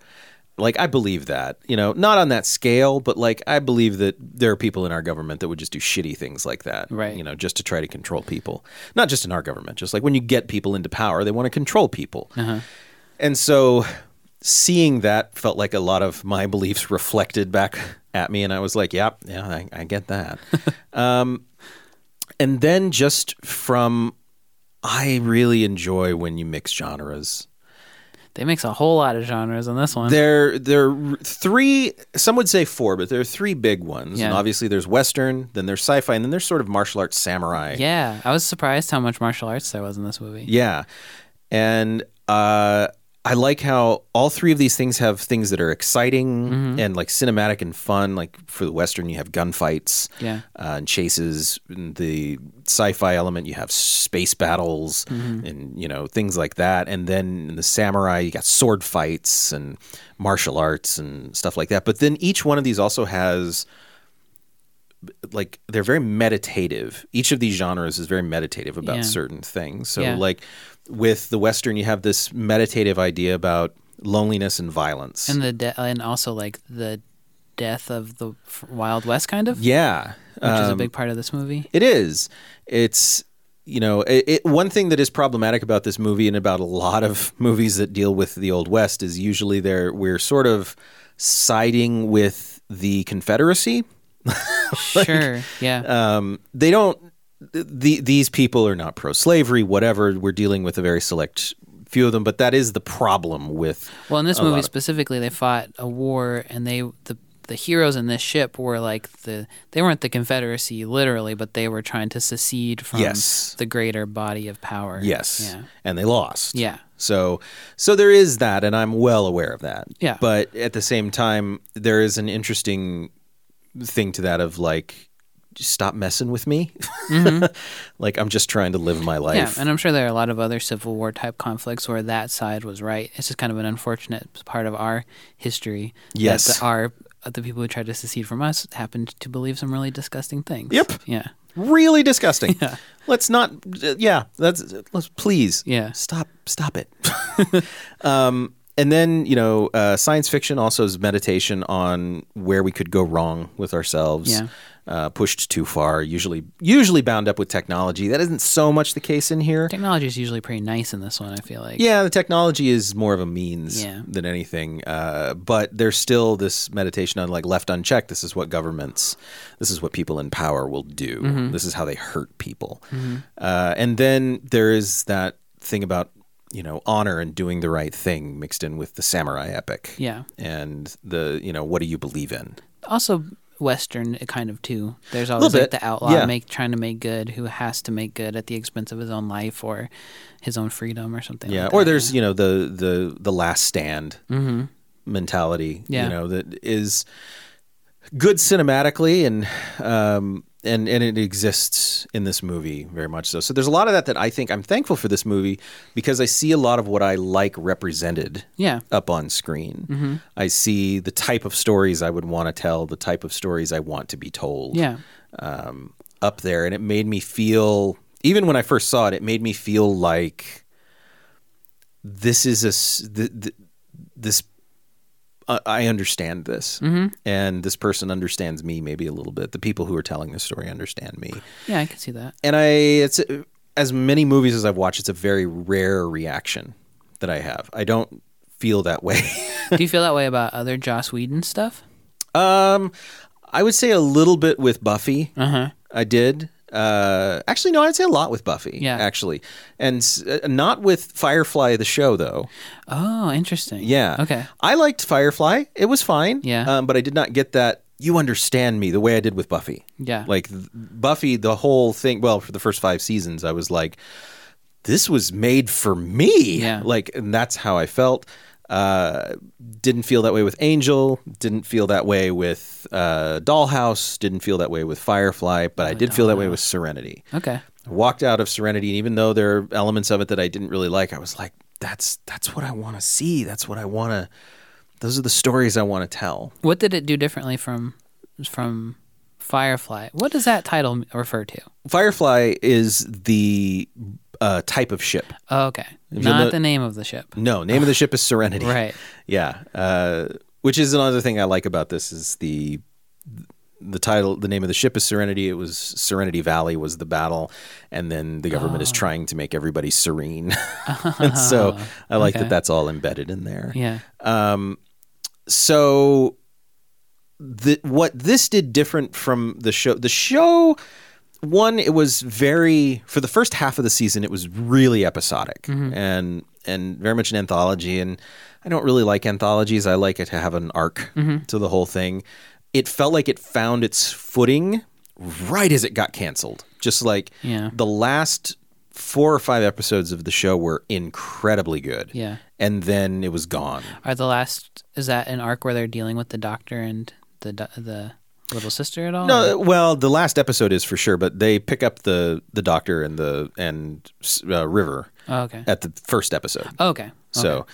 like i believe that you know not on that scale but like i believe that there are people in our government that would just do shitty things like that Right. you know just to try to control people not just in our government just like when you get people into power they want to control people Uh-huh. and so seeing that felt like a lot of my beliefs reflected back at me and i was like yeah yeah i, I get that Um, and then just from I really enjoy when you mix genres. They mix a whole lot of genres on this one. There there are three some would say four, but there are three big ones. And Yeah. obviously there's western, then there's sci-fi, and then there's sort of martial arts samurai. yeah, I was surprised how much martial arts there was in this movie. Yeah. And uh, I like how all three of these things have things that are exciting and like cinematic and fun. Like for the Western, you have gunfights Yeah. uh, and chases. In the sci fi element, you have space battles Mm-hmm. and, you know, things like that. And then in the samurai, you got sword fights and martial arts and stuff like that. But then each one of these also has like they're very meditative. Each of these genres is very meditative about Yeah. certain things. So Yeah. like with the western you have this meditative idea about loneliness and violence. And the de- and also like the death of the f- Wild West kind of, yeah. which is a Um, big part of this movie. It is. It's you know it, it, one thing that is problematic about this movie and about a lot of movies that deal with the old west is usually there we're sort of siding with the Confederacy. sure. Yeah. um, they don't the, these people are not pro-slavery whatever we're dealing with a very select few of them but that is the problem with Well, in this movie specifically, they fought a war, and they the the heroes in this ship were like the they weren't the Confederacy literally, but they were trying to secede from Yes. the greater body of power. yes Yeah. and they lost Yeah. so so there is that and i'm well aware of that Yeah. but at the same time there is an interesting thing to that of like just stop messing with me like i'm just trying to live my life Mm-hmm. Yeah, and I'm sure there are a lot of other Civil War type conflicts where that side was right. It's just kind of an unfortunate part of our history. Yes. that the, our uh, the people who tried to secede from us happened to believe some really disgusting things. Yep. Yeah. really disgusting. Let's not. Yeah, that's. Let's please. Yeah. Stop. Stop it. um, and then you know, uh, science fiction also is meditation on where we could go wrong with ourselves. Yeah. Uh, pushed too far, usually usually bound up with technology. That isn't so much the case in here. Technology is usually pretty nice in this one. I feel like. Yeah, the technology is more of a means Yeah. than anything. Uh, but there's still this meditation on like left unchecked. This is what governments, this is what people in power will do. Mm-hmm. This is how they hurt people. Uh, and then there is that thing about you know honor and doing the right thing mixed in with the samurai epic. Yeah. And the you know what do you believe in? also western uh, kind of too there's always like bit, the outlaw yeah. make trying to make good who has to make good at the expense of his own life or his own freedom or something Yeah, like or that. Mm-hmm. there's you know the the the last stand mentality. Yeah. you know that is good cinematically and um and and it exists in this movie very much so. So there's a lot of that that I think I'm thankful for this movie because I see a lot of what I like represented yeah up on screen. Mm-hmm. I see the type of stories I would want to tell, the type of stories I want to be told yeah um, up there, and it made me feel. Even when I first saw it, it made me feel like this is a s- th- th- this. I- I understand this, and this person understands me maybe a little bit. The people who are telling this story understand me, yeah i can see that and I. It's uh, as many movies as I've watched. It's a very rare reaction that I have. I don't feel that way. do you feel that way about other joss whedon stuff Uh-huh. Um, I would say a little bit with Buffy. I did. Uh, actually, no, I'd say a lot with Buffy. Yeah. Actually, and uh, not with Firefly the show though. Oh, interesting. Yeah. Okay. I liked Firefly. It was fine. Yeah. Um, but I did not get that. You understand me the way I did with Buffy. Yeah. Like th- Buffy, the whole thing. Well, for the first five seasons, I was like, this was made for me. Yeah. Like, and that's how I felt. Uh, didn't feel that way with Angel. Didn't feel that way with uh, Dollhouse. Didn't feel that way with Firefly. But I did feel that way with Serenity. Okay. I walked out of Serenity, and even though there are elements of it that I didn't really like, I was like, "That's that's what I want to see. That's what I want to. Those are the stories I want to tell." What did it do differently from from Firefly? What does that title m- refer to? Firefly is the uh, type of ship. Oh, okay. Even Not though- the name of the ship. No, name of the ship is Serenity. Right. Yeah. Uh, which is another thing I like about this is the the title the name of the ship is serenity it was serenity valley was the battle and then the government Oh. is trying to make everybody serene and so i like okay. that that's all embedded in there Yeah. so the, what this did different from the show the show one it was very for the first half of the season it was really episodic Mm-hmm. and and very much an anthology and i don't really like anthologies i like it to have an arc Mm-hmm. to the whole thing it felt like it found its footing right as it got canceled just like Yeah. the last four or five episodes of the show were incredibly good Yeah. and then it was gone Are the last is that an arc where they're dealing with the doctor and the do- the little sister at all? No, well, the last episode is for sure, but they pick up the the doctor and the and uh, River Oh, okay. at the first episode. Oh, okay. So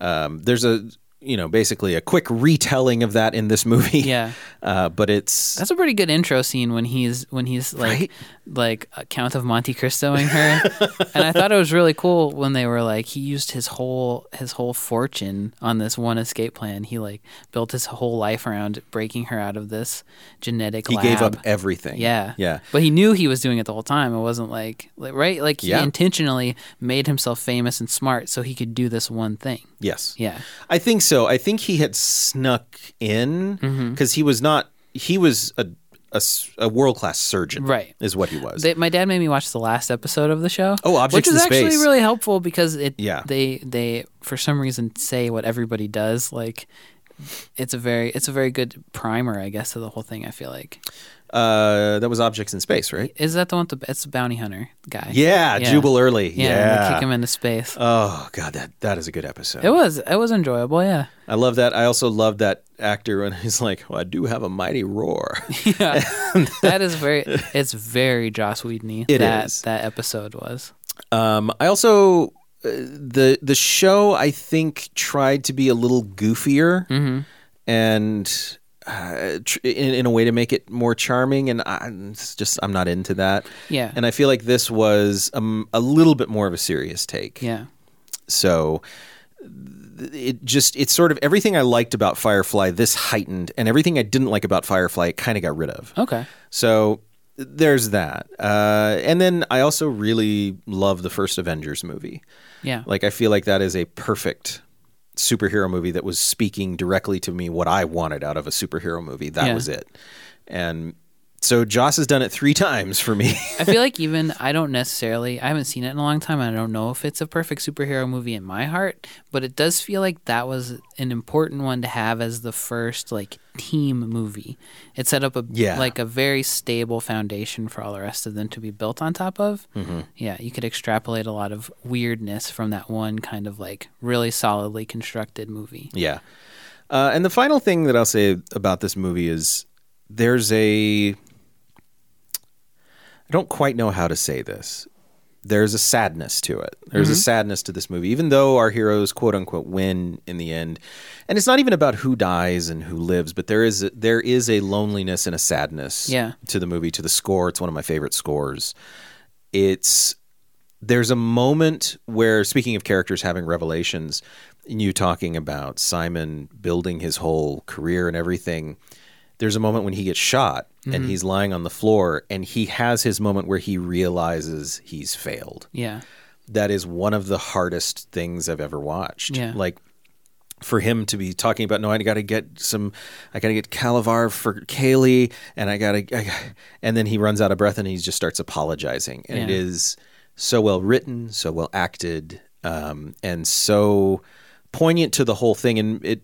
um, there's a you know basically a quick retelling of that in this movie. Yeah. uh, but it's That's a pretty good intro scene when he's when he's Right? like like a Count of Monte Cristoing her, and I thought it was really cool when they were like he used his whole his whole fortune on this one escape plan. He like built his whole life around breaking her out of this genetic. he lab. gave up everything. Yeah, yeah. But he knew he was doing it the whole time. It wasn't like, like right, like he Yeah. intentionally made himself famous and smart so he could do this one thing. Yes. Yeah, I think so. I think he had snuck in Mm-hmm. because he was not. He was a world class surgeon. Right. Is what he was. They, my dad made me watch the last episode of the show. Oh, Objects which in is actually Space. really helpful because it. Yeah. They they for some reason say what everybody does. Like, it's a very it's a very good primer, I guess, to the whole thing. I feel like uh, that was objects in space, right? is that the one? With the, it's the bounty hunter guy. Yeah, Jubal Early. Yeah, Yeah. and they kick him into space. Oh god, that that is a good episode. it was it was enjoyable. Yeah. I love that. I also love that actor when he's like, well, "I do have a mighty roar." Yeah. that is very it's very Joss Whedon It that is. that episode was. um, I also uh, the the show I think tried to be a little goofier and uh, tr- in, in a way to make it more charming, and I, it's just I'm not into that. Yeah. and I feel like this was um, a little bit more of a serious take. Yeah. So th- it just it's sort of everything I liked about Firefly this heightened and everything I didn't like about Firefly it kind of got rid of. Okay. So there's that. Uh, and then I also really love the first Avengers movie. Yeah. Like I feel like that is a perfect superhero movie that was speaking directly to me what I wanted out of a superhero movie. That Yeah. was it. And so Joss has done it 3 times for me. I feel like even I don't necessarily I haven't seen it in a long time and I don't know if it's a perfect superhero movie in my heart, but it does feel like that was an important one to have as the first like team movie. It set up a Yeah. like a very stable foundation for all the rest of them to be built on top of. Mm-hmm. Yeah, you could extrapolate a lot of weirdness from that one kind of like really solidly constructed movie. Yeah. Uh, and the final thing that I'll say about this movie is there's a. I don't quite know how to say this. There's a sadness to it. There's a sadness to this movie, even though our heroes, quote unquote, win in the end. And it's not even about who dies and who lives, but there is a, there is a loneliness and a sadness Yeah. to the movie, to the score. It's one of my favorite scores. It's there's a moment where speaking of characters having revelations and you talking about simon building his whole career and everything there's a moment when he gets shot and he's lying on the floor and he has his moment where he realizes he's failed Yeah. that is one of the hardest things i've ever watched Yeah. like for him to be talking about no i gotta get some i gotta get calavar for kaylee and i gotta I, gotta-" and then he runs out of breath and he just starts apologizing and it Yeah. is so well written so well acted um, and so poignant to the whole thing and it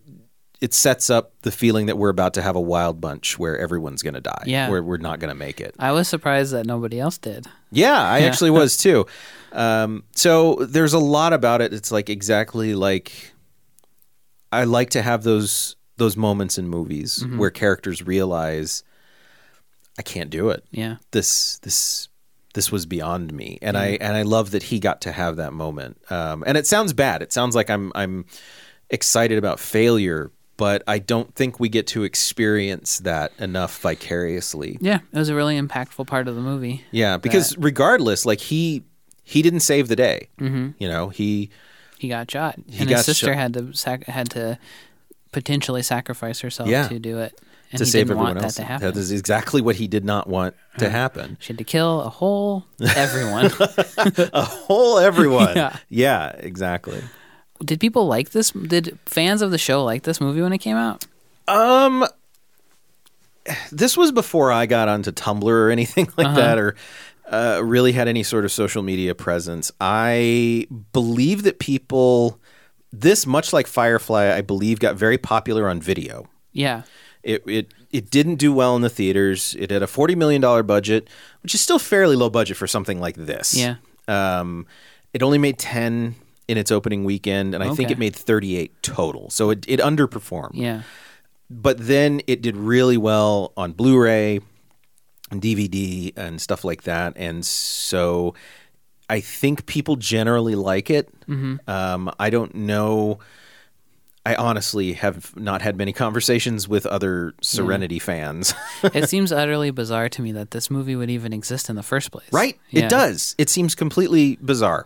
it sets up the feeling that we're about to have a wild bunch where everyone's gonna die Yeah. where we're not gonna make it I was surprised that nobody else did. yeah, I actually was too. Um, so there's a lot about it. It's like exactly like I like to have those those moments in movies where characters realize I can't do it. Yeah. This this this was beyond me, and I and I love that he got to have that moment. Um, and it sounds bad. It sounds like I'm I'm excited about failure, but I don't think we get to experience that enough vicariously. Yeah. It was a really impactful part of the movie. Yeah, because regardless, like he he didn't save the day. Mm-hmm. You know, he He got shot. got and his sister shot. had to sac- had to potentially sacrifice herself Yeah. to do it. And to he save didn't everyone want else. that to happen. That is exactly what he did not want to happen. she had to kill a whole everyone. A whole everyone. Yeah. yeah, exactly. did people like this? Did fans of the show like this movie when it came out? this was before I got onto Tumblr or anything like Uh-huh. that, or uh, really had any sort of social media presence. I believe that people, this much like Firefly, I believe got very popular on video. Yeah. It, it it didn't do well in the theaters. It had a forty million dollar budget, which is still fairly low budget for something like this. Yeah. Um, it only made ten in its opening weekend, and I think Okay. it made thirty eight total. So it it underperformed. Yeah. But then it did really well on Blu Ray, and DVD, and stuff like that. And so I think people generally like it. Um, I don't know. I honestly have not had many conversations with other Serenity fans. it seems utterly bizarre to me that this movie would even exist in the first place. right? Yeah. It does. It seems completely bizarre,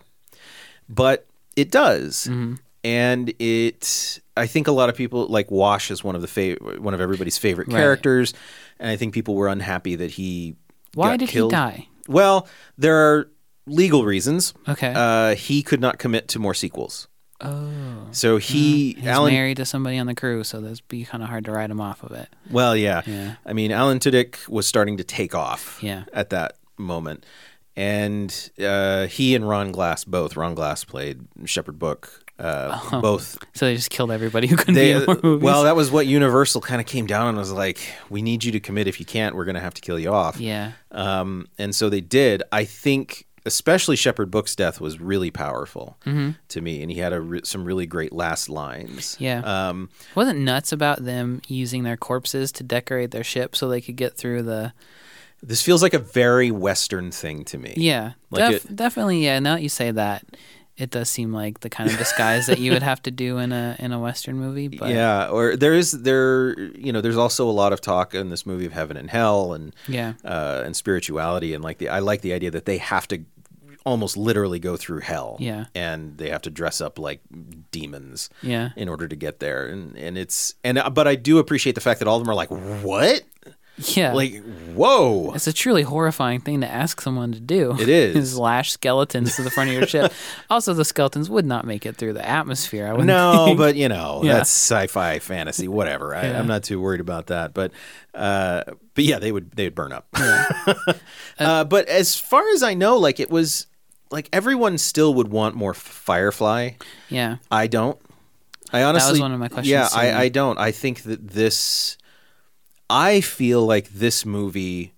but it does. Mm-hmm. And it, I think a lot of people like Wash is one of the fav- one of everybody's favorite Right. characters, and I think people were unhappy that he. Why got did he killed. die? Well, there are legal reasons. Okay. Uh, he could not commit to more sequels. oh. So he, He's Alan married to somebody on the crew, so that'd be kind of hard to write him off of it. Well, yeah. Yeah. I mean, Alan Tudyk was starting to take off Yeah. at that moment. And uh, he and Ron Glass both, Ron Glass played Shepherd Book, uh, both. So they just killed everybody who couldn't They, uh, be in more Oh. movies. well, that was what Universal kind of came down and was like, we need you to commit. If you can't, we're going to have to kill you off. yeah, Um, and so they did. I think, especially Shepherd Book's death was really powerful Mm-hmm. to me. And he had a re- some really great last lines. yeah. Um, Wasn't nuts about them using their corpses to decorate their ship so they could get through the. this feels like a very Western thing to me. Yeah, Like def- definitely. Yeah, now that you say that, it does seem like the kind of disguise that you would have to do in a in a western movie. But yeah, or there is there you know there's also a lot of talk in this movie of heaven and hell and yeah, uh, and spirituality and like the I like the idea that they have to almost literally go through hell. Yeah. and they have to dress up like demons yeah. in order to get there, and and it's and uh, but I do appreciate the fact that all of them are like what yeah. like whoa. It's a truly horrifying thing to ask someone to do. It is. lash skeletons to the front of your ship. Also, the skeletons would not make it through the atmosphere. I wouldn't No, think. but you know Yeah. that's sci-fi, fantasy, whatever. I, Yeah. I'm not too worried about that. But, uh, but yeah, they would they would burn up. Uh, but as far as I know, like it was like everyone still would want more Firefly. yeah, I don't. I honestly one of my questions, Yeah, too. I, I don't. I think that this I feel like this movie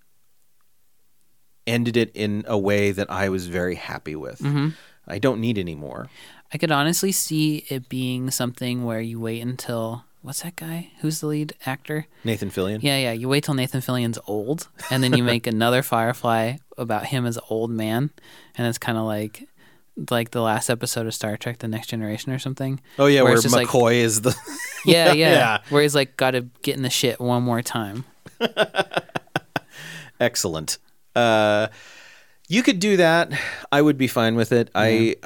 ended it in a way that I was very happy with. Mm. Mm-hmm. I don't need any more. I could honestly see it being something where you wait until what's that guy? Who's the lead actor? Nathan Fillion. Yeah, yeah. You wait till Nathan Fillion's old, and then you make another Firefly about him as an old man, and it's kind of like like the last episode of Star Trek: The Next Generation or something. Oh yeah, where, it's just McCoy like- is the yeah, yeah, Yeah. Where he's like, got to get in the shit one more time. excellent. Uh, you could do that. I would be fine with it. uh, I,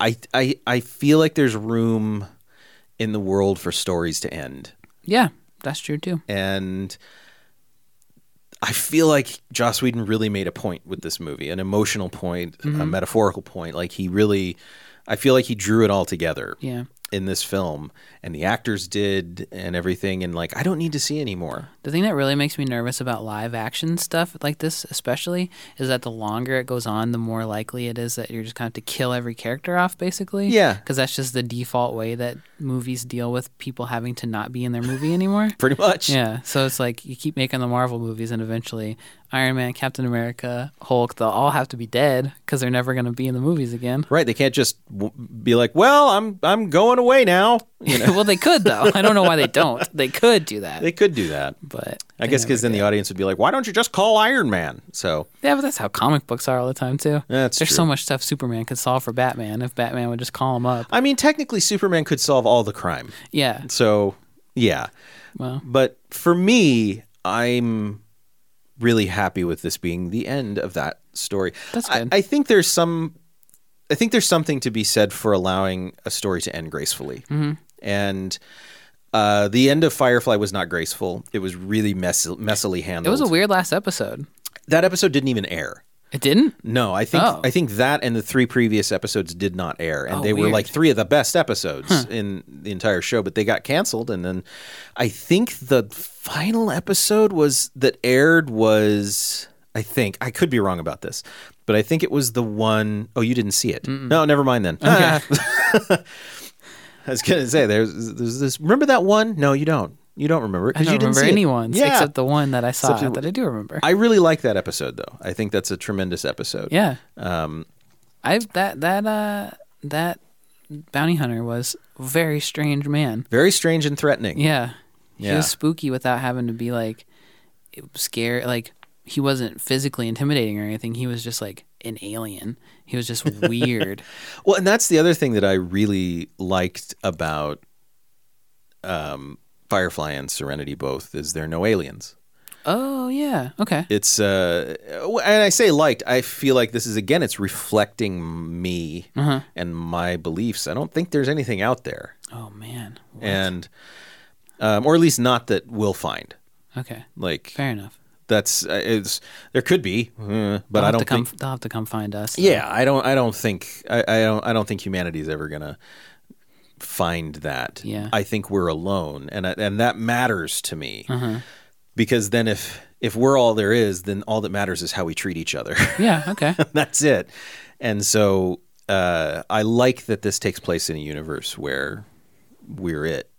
I, I, I feel like there's room in the world for stories to end, Yeah, that's true too. and I feel like Joss Whedon really made a point with this movie, an emotional point, a metaphorical point. Like he really, I feel like he drew it all together. Yeah. in this film, and the actors did, and everything, and like I don't need to see anymore. The thing that really makes me nervous about live action stuff like this, especially, is that the longer it goes on, the more likely it is that you're just going to have to kill every character off, basically. Yeah. Because that's just the default way that movies deal with people having to not be in their movie anymore. Pretty much. yeah. So it's like you keep making the Marvel movies, and eventually Iron Man, Captain America, Hulk, they'll all have to be dead because they're never going to be in the movies again. Right. They can't just w- be like, well, I'm I'm going away now. You know, well, they could, though. I don't know why they don't. They could do that. they could do that. but I guess because then the audience would be like, why don't you just call Iron Man? So Yeah, but that's how comic books are all the time too. That's There's true. so much stuff Superman could solve for Batman if Batman would just call him up. I mean, technically, Superman could solve all the crime. Yeah. So yeah, Well, but for me, I'm really happy with this being the end of that story. That's I- good. I, think there's some, I think there's something to be said for allowing a story to end gracefully, Mm-hmm. and. Uh, the end of Firefly was not graceful. It was really mess- messily handled. it was a weird last episode. that episode didn't even air. It didn't? No, I think Oh. I think that and the three previous episodes did not air, and Oh, they were weird. like three of the best episodes in the entire show, but they got canceled. And then I think the final episode was that aired was I think I could be wrong about this, but I think it was the one oh you didn't see it. No, never mind then. I was gonna say there's there's this. Remember that one? No, you don't. You don't remember it I because don't you didn't remember see any it. ones Yeah. except the one that I saw Except it- that I do remember. I really like that episode though. I think that's a tremendous episode. yeah. Um, I that that uh that bounty hunter was a very strange man. very strange and threatening. Yeah. He Yeah. was spooky without having to be like scared like he wasn't physically intimidating or anything. He was just like an alien. He was just weird. Well, and that's the other thing that I really liked about um, Firefly and Serenity both is there are no aliens. oh yeah. Okay. It's uh, and I say liked. I feel like this is again, it's reflecting me Uh-huh. and my beliefs. I don't think there's anything out there, Oh man. What? and um, or at least not that we'll find. okay, Like fair enough. that's uh, it's there could be, uh, but They'll I have don't to think come. They'll have to come find us. Yeah, I don't. I don't think. I, I don't. I don't think humanity is ever gonna find that. Yeah. I think we're alone, and I, and that matters to me Uh-huh. because then if if we're all there is, then all that matters is how we treat each other. Yeah. Okay. That's it. And so uh, I like that this takes place in a universe where we're it.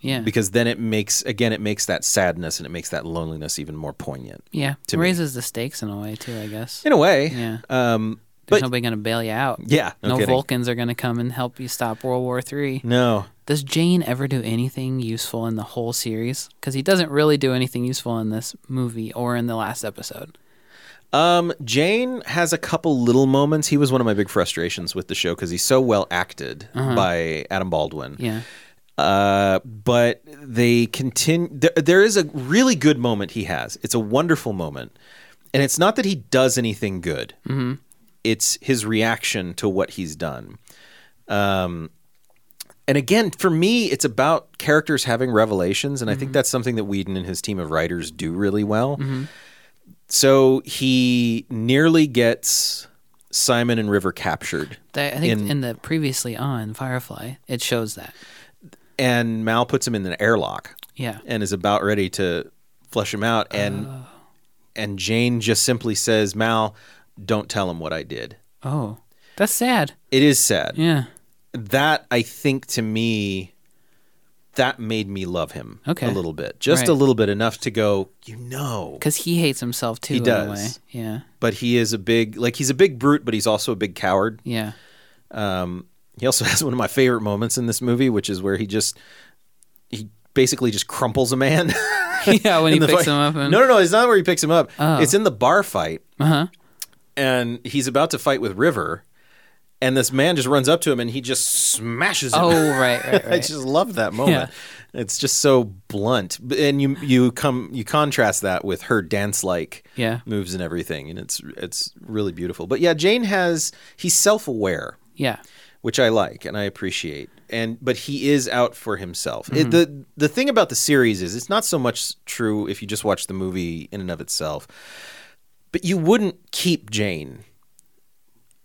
Yeah. Because then it makes again it makes that sadness and it makes that loneliness even more poignant. yeah. to It me. raises the stakes in a way too. I guess. In a way. Yeah. Um but There's nobody gonna bail you out. yeah, no, No, kidding. Vulcans are gonna come and help you stop World War Three. No. Does Jane ever do anything useful in the whole series? Because he doesn't really do anything useful in this movie or in the last episode. Um, Jane has a couple little moments. He was one of my big frustrations with the show because he's so well acted by Adam Baldwin. Yeah. Uh, but they continue. There, there is a really good moment he has. It's a wonderful moment, and it's not that he does anything good. Mm-hmm. It's his reaction to what he's done. Um, and again, for me, it's about characters having revelations, and I think that's something that Whedon and his team of writers do really well. So he nearly gets Simon and River captured. They- I think In- in, the previously on Firefly, it shows that. and Mal puts him in an airlock Yeah. and is about ready to flush him out and Ah. and Jane just simply says, "Mal, don't tell him what I did." Oh, that's sad. It is sad. Yeah. That I think to me that made me love him Okay. a little bit. Just Right. a little bit enough to go, "You know." Because he hates himself too. He In a way. does. Yeah. But he is a big like he's a big brute, but he's also a big coward. Yeah. Um, he also has one of my favorite moments in this movie, which is where he just he basically just crumples a man. yeah, when he in the picks fight. him up and no, no, no. It's not where he picks him up. Oh. It's in the bar fight, uh-huh. and he's about to fight with River, and this man just runs up to him and he just smashes him. Oh, right, right, I right. just love that moment. It's just so blunt, B- and you you come you contrast that with her dance like Yeah. moves and everything, and it's it's really beautiful. But yeah, Jane has he's self aware yeah. which I like and I appreciate. And but he is out for himself. Mm-hmm. It, the the thing about the series is it's not so much true if you just watch the movie in and of itself, but you wouldn't keep Jane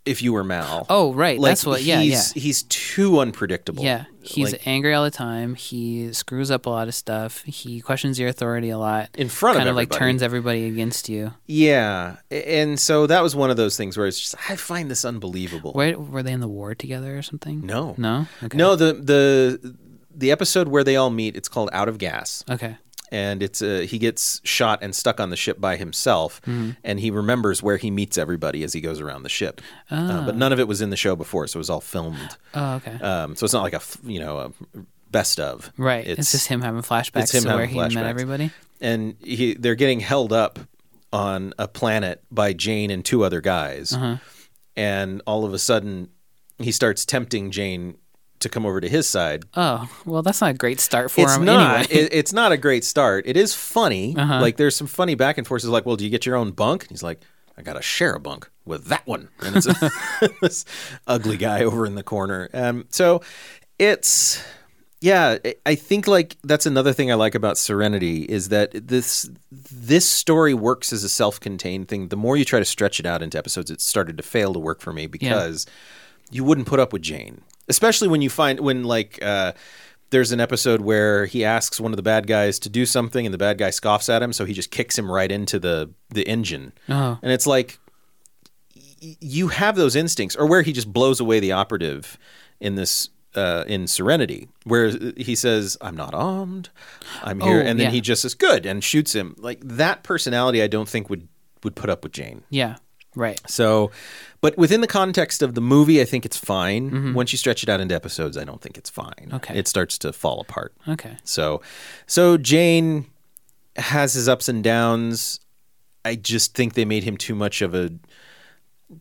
if you were Mal. Oh, right. like, That's what. Yeah, yeah. he's, He's too unpredictable. Yeah, he's Like, angry all the time. He screws up a lot of stuff. He questions your authority a lot. in front kind of of like everybody. turns everybody against you. Yeah, A- and so that was one of those things where it's just I find this unbelievable. Where were they in the war together or something? No. no, okay. No, the the the episode where they all meet, it's called Out of Gas. Okay, and it's uh, he gets shot and stuck on the ship by himself, and he remembers where he meets everybody as he goes around the ship. Uh, but none of it was in the show before, so it was all filmed. oh, okay, Um, so it's not like a f- you know a best of. right. It's, just him having flashbacks it's him to having where he met flashbacks. everybody. and he, they're getting held up on a planet by Jane and two other guys, and all of a sudden he starts tempting Jane to come over to his side Oh, well, that's not a great start for it's him not, anyway. Uh-huh. it- it's not a great start. It is funny. Like there's some funny back and forth. It's like, well, do you get your own bunk? And he's like, I gotta share a bunk with that one. And it's this ugly guy over in the corner. Um, so it's yeah. I- I think like that's another thing I like about Serenity is that this this story works as a self-contained thing. The more you try to stretch it out into episodes, it started to fail to work for me because you wouldn't put up with Jane, especially when you find when like uh, there's an episode where he asks one of the bad guys to do something, and the bad guy scoffs at him, so he just kicks him right into the the engine, Oh. and it's like y- you have those instincts, or where he just blows away the operative in this. Uh, in Serenity, where he says, "I'm not armed, I'm here," Oh, and then yeah. he just says, "Good," and shoots him. Like that personality, I don't think would would put up with Jane. yeah, right. So, but within the context of the movie, I think it's fine. Once you stretch it out into episodes, I don't think it's fine. Mm-hmm. Okay. It starts to fall apart. Okay, So, so Jane has his ups and downs. I just think they made him too much of a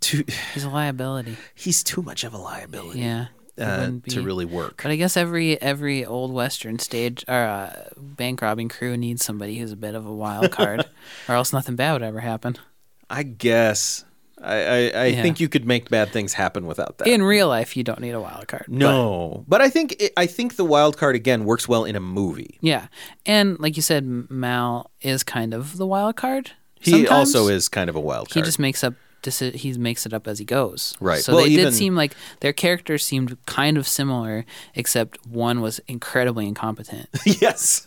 too he's a liability. he's too much of a liability Yeah, He uh, wouldn't to be- really work. But I guess every every old western stage or uh, bank robbing crew needs somebody who's a bit of a wild card, or else nothing bad would ever happen. I guess I I, I Yeah. think you could make bad things happen without that. In real life, you don't need a wild card. no, but I think it, I think the wild card again works well in a movie. but- yeah, and like you said, M- Mal is kind of the wild card. He Sometimes also is kind of a wild He card. just makes up. deci- He makes it up as he goes. Right. So Well, they even- did seem like their characters seemed kind of similar, except one was incredibly incompetent. yes.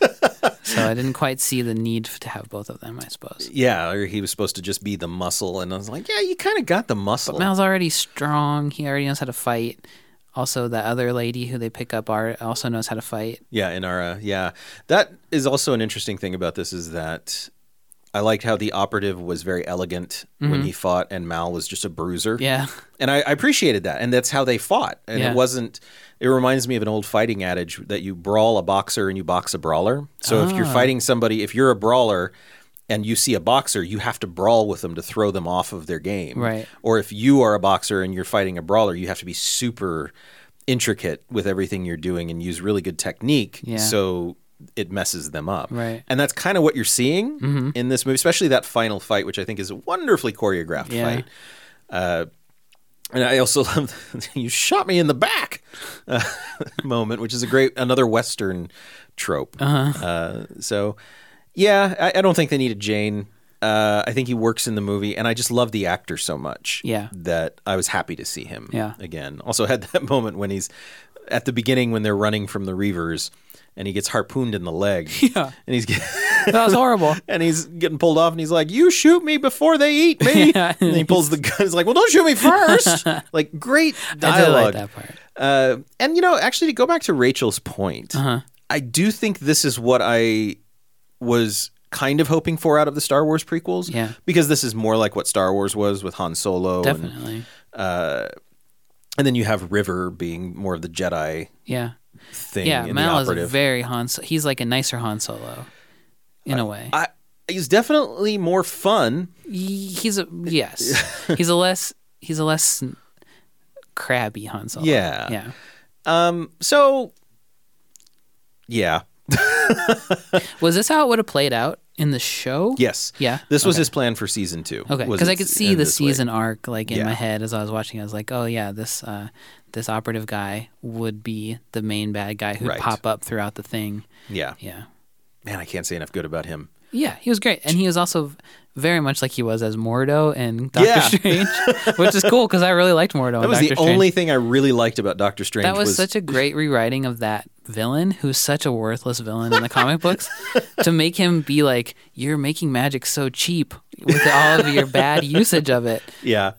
so I didn't quite see the need to have both of them. I suppose Yeah, or he was supposed to just be the muscle, and I was like, yeah, you kind of got the muscle. Mal's already strong. He already knows how to fight. Also, that other lady who they pick up are also knows how to fight. yeah, Inara. Yeah, that is also an interesting thing about this is that I liked how the operative was very elegant when he fought, and Mal was just a bruiser. Yeah. and I, I appreciated that, and that's how they fought. And Yeah. it wasn't. It reminds me of an old fighting adage that you brawl a boxer and you box a brawler. So if you're Ah. fighting somebody, if you're a brawler. And you see a boxer, you have to brawl with them to throw them off of their game. Right. or if you are a boxer and you're fighting a brawler, you have to be super intricate with everything you're doing and use really good technique. Yeah. So it messes them up. Right. Mm-hmm. And that's kind of what you're seeing in this movie, especially that final fight, which I think is a wonderfully choreographed Yeah. fight. Uh, and I also love the you shot me in the back uh, moment, which is a great, another Western trope. Uh-huh. so, yeah, I, I don't think they needed Jane. Uh, I think he works in the movie, and I just love the actor so much Yeah. that I was happy to see him Yeah. again. Also had that moment when he's at the beginning when they're running from the Reavers and he gets harpooned in the leg. Yeah. And he's get- That was horrible. and he's getting pulled off and he's like, "You shoot me before they eat me." Yeah. And he pulls the gun. He's like, "Well, don't shoot me first. like great I did like dialogue. that part. Uh, and you know, actually, to go back to Rachel's point, Uh-huh. I do think this is what I was kind of hoping for out of the Star Wars prequels. Yeah. because this is more like what Star Wars was with Han Solo, and, uh, Definitely. and then you have River being more of the Jedi Yeah. thing. Yeah. and Mal the is a operative. very Han. So- he's like a nicer Han Solo, in a way. I, he's definitely more fun. He- he's a yes. he's a less. He's a less crabby Han Solo. Yeah. Yeah. Um, so yeah, Was this how it would have played out in the show? yes, Yeah. This was Okay. his plan for season two. Okay, was because I it's could see in the this way. season arc like in Yeah. my head as I was watching. I was like, oh yeah, this uh, this operative guy would be the main bad guy who'd Right. pop up throughout the thing. Yeah, Yeah, man, I can't say enough good about him. Yeah, he was great, and he was also very much like he was as Mordo and Doctor Yeah. Strange, which is cool because I really liked Mordo. That was and the Doctor Strange. only thing I really liked about Doctor Strange. That was, such a great rewriting of that villain, who's such a worthless villain in the comic books, to make him be like, "You're making magic so cheap with all of your bad usage of it." yeah.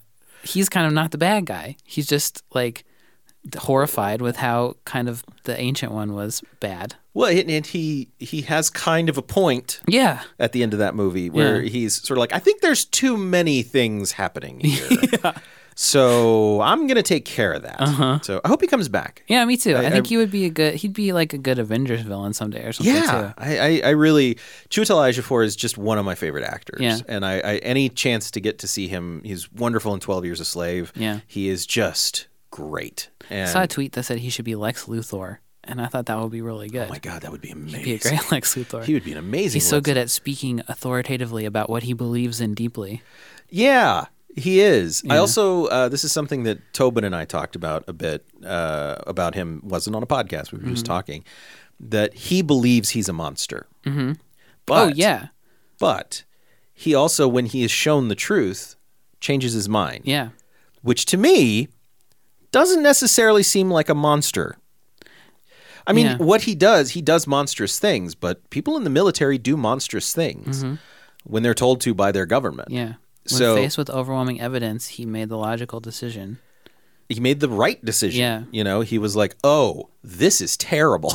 He's kind of not the bad guy. He's just like horrified with how kind of the ancient one was bad. Well, and and he he has kind of a point Yeah, at the end of that movie where Yeah. he's sort of like, I think there's too many things happening here. So I'm gonna take care of that. Uh-huh. So I hope he comes back. yeah, me too. I, think I- he would be a good. He'd be like a good Avengers villain someday or something. Yeah, too. I, I, I really Chiwetel Ejiofor is just one of my favorite actors, Yeah. and I, I any chance to get to see him, he's wonderful in Twelve Years a Slave. Yeah. he is just great. And oh I saw a tweet that said he should be Lex Luthor, and I thought that would be really good. oh my god, that would be amazing. be a great Lex Luthor. he would be an amazing. He's so Lex- good at speaking authoritatively about what he believes in deeply. Yeah, he is. I also uh, this is something that Tobin and I talked about a bit uh, about him wasn't on a podcast. We were Mm-hmm. just talking that he believes he's a monster. Mm-hmm. But oh yeah, but he also when he is shown the truth changes his mind. yeah. which to me doesn't necessarily seem like a monster. I mean, Yeah. what he does, he does monstrous things, but people in the military do monstrous things when they're told to by their government. Mm-hmm. Yeah. When So- faced with overwhelming evidence, he made the logical decision. He made the right decision. Yeah. Uh-huh. You know, he was like, oh, this is terrible.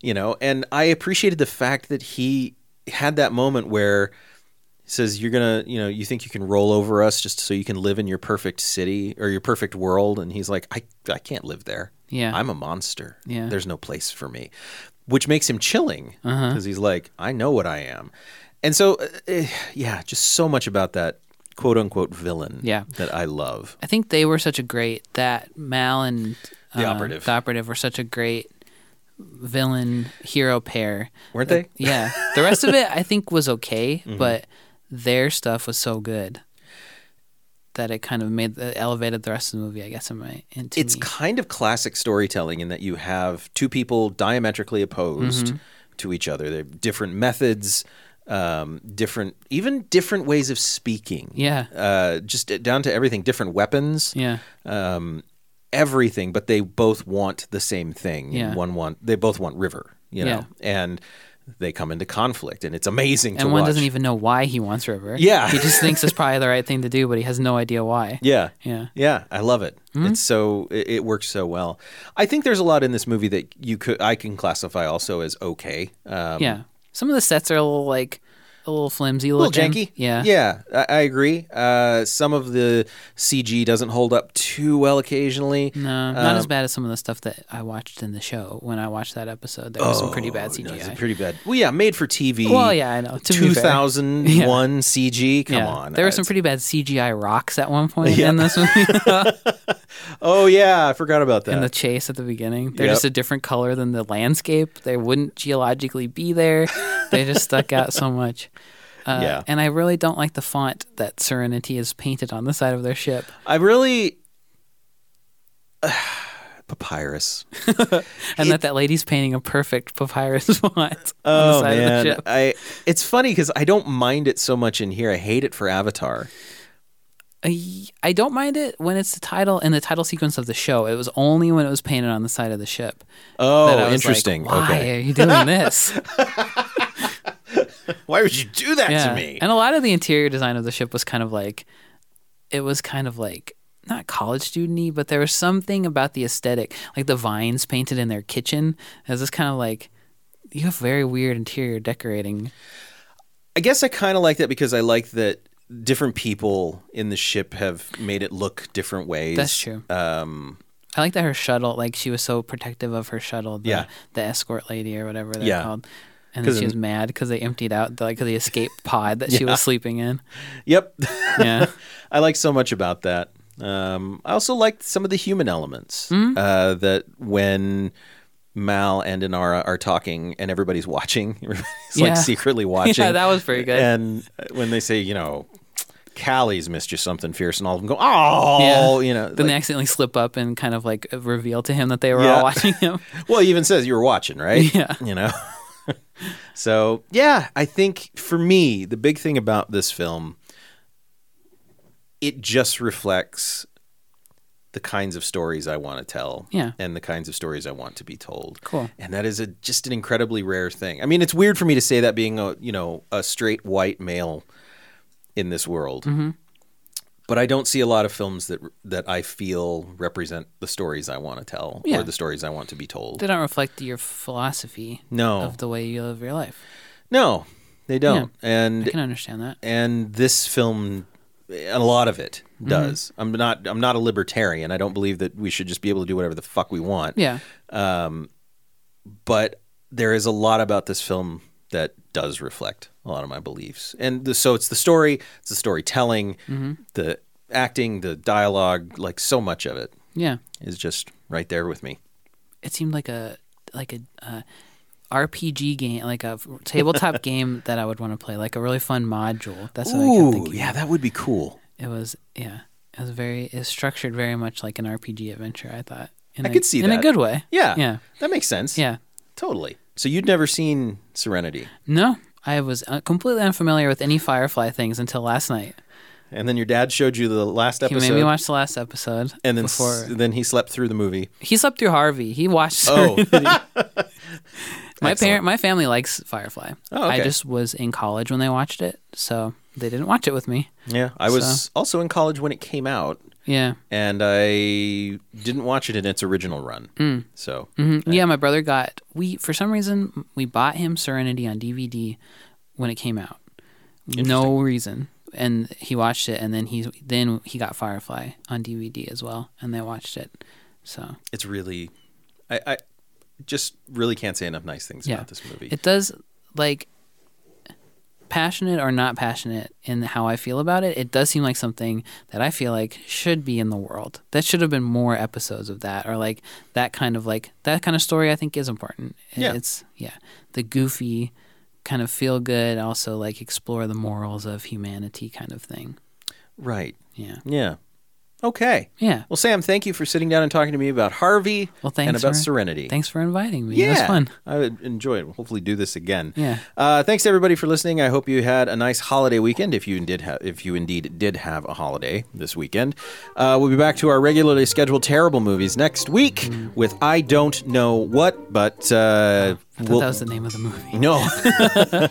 you know, and I appreciated the fact that he had that moment where he says, You're going to, you know, you think you can roll over us just so you can live in your perfect city or your perfect world. And he's like, I, I can't live there. Yeah. I'm a monster. Yeah. There's no place for me, which makes him chilling Uh-huh. because he's like, I know what I am. And so, uh, eh, yeah, just so much about that quote unquote villain Yeah. that I love. I think they were such a great that Mal and The uh, operative. the operative were such a great villain hero pair. Weren't they? Yeah. The rest of it I think was okay, Mm-hmm. but their stuff was so good that it kind of made the, elevated the rest of the movie. I guess in my into It's kind of classic storytelling in that you have two people diametrically opposed Mm-hmm. to each other. They're different methods, um, different, even different ways of speaking. yeah Uh, just down to everything, different weapons. yeah um, everything, but they both want the same thing. Yeah. And one want they both want River, you know, and they come into conflict, and it's amazing to and one watch. doesn't even know why he wants River. Yeah. he just thinks it's probably the right thing to do, but he has no idea why. yeah, Yeah. Mm-hmm. yeah, I love it. It's so it, it works so well. I think there's a lot in this movie that you could I can classify also as okay. Um, Yeah. Some of the sets are a little like a little flimsy, a A little, little janky. Yeah. Yeah, I, I agree. Uh, some of the CG doesn't hold up too well occasionally. Um, No, not as bad as some of the stuff that I watched in the show. When I watched that episode, there was some pretty bad oh, No, it's a CGI. pretty bad. Well, yeah, made for TV. Well, yeah, I know, to be fair. 2001 CG. Come Yeah. on. There were some It's- pretty bad CGI rocks at one point in this movie. Oh yeah, I forgot about that. in the chase at the beginning. They're Yep. just a different color than the landscape. They wouldn't geologically be there. they just stuck out so much. Uh, Yeah. And I really don't like the font that Serenity is painted on the side of their ship. I really papyrus. And that that lady's painting a perfect papyrus font on the Oh side of man, the ship. I it's funny because I don't mind it so much in here. I hate it for Avatar. I, I don't mind it when it's the title and the title sequence of the show. It was only when it was painted on the side of the ship. that I Oh, was interesting. Like, Why okay, are you doing this? why would you do that yeah. to me? And a lot of the interior design of the ship was kind of like, it was kind of like not college student-y, but there was something about the aesthetic, like the vines painted in their kitchen. It was just kind of like, you have very weird interior decorating. I guess I kind of like that because I like that different people in the ship have made it look different ways. That's true. Um, I like that her shuttle, like she was so protective of her shuttle, the, Yeah. the escort lady or whatever they're Yeah. called. And then 'Cause she was mad because they emptied out the, like the escape pod that she was sleeping in. yep. Yeah, I like so much about that. Um, I also liked some of the human elements Hmm? uh, that when Mal and Inara are talking and everybody's watching, everybody's Yeah. like secretly watching. yeah, that was pretty good. And when they say, you know, Callie's missed you something fierce, and all of them go, oh, you know. Then like- they accidentally slip up and kind of like reveal to him that they were Yeah. all watching him. well, he even says you were watching, right? Yeah. You know. So, yeah, I think for me, the big thing about this film, it just reflects the kinds of stories I want to tell Yeah. and the kinds of stories I want to be told. Cool. And that is a, just an incredibly rare thing. I mean, it's weird for me to say that being a, you know, a straight white male in this world. But I don't see a lot of films that that I feel represent the stories I want to tell Yeah. or the stories I want to be told. They don't reflect your philosophy no. of the way you live your life. no. They don't. And I can understand that. and this film a lot of it Mm-hmm. does i'm not i'm not a libertarian i don't believe that we should just be able to do whatever the fuck we want Yeah. but there is a lot about this film that does reflect a lot of my beliefs and the, so it's the story it's the storytelling Mm-hmm. the acting the dialogue like so much of it Yeah. is just right there with me It seemed like a like a uh, RPG game, like a tabletop game that I would want to play, like a really fun module. That's what I kept thinking. yeah that would be cool It was yeah. It was very it's structured very much like an RPG adventure, I thought. In I a- could see in a that. good way. yeah Yeah. that makes sense Yeah. totally so you'd never seen serenity No, I was uh, completely unfamiliar with any Firefly things until last night. and then your dad showed you the last He episode made me watch the last episode. and then s- before then he slept through the movie. he slept through Harvey. He watched. Oh, my excellent. parent, my family likes Firefly. Oh, I okay. just was in college when they watched it, so they didn't watch it with me. yeah. I was also in college when it came out, Yeah. and I didn't watch it in its original run. So Mhm. Yeah, my brother got we for some reason we bought him Serenity on DVD when it came out. No reason. And he watched it and then he then he got Firefly on DVD as well and they watched it. So, it's really, I, I just really can't say enough nice things Yeah. about this movie. it does like passionate or not passionate in how I feel about it, it does seem like something that I feel like should be in the world. That should have been more episodes of that or like that kind of like that kind of story I think is important. And Yeah. It's yeah. The goofy kind of feel good, also like explore the morals of humanity kind of thing. right? Yeah. Yeah. Okay. Yeah. Well, Sam, thank you for sitting down and talking to me about Harvey Well, thanks and about for- Serenity. Thanks for inviting me. yeah, It was fun. I would enjoy it. We'll hopefully do this again. Yeah. Uh, thanks to everybody for listening. I hope you had a nice holiday weekend. If you did, ha- if you indeed did have a holiday this weekend, uh, we'll be back to our regularly scheduled terrible movies next week with I don't know what, but uh, I thought we'll- that was the name of the movie. no. uh,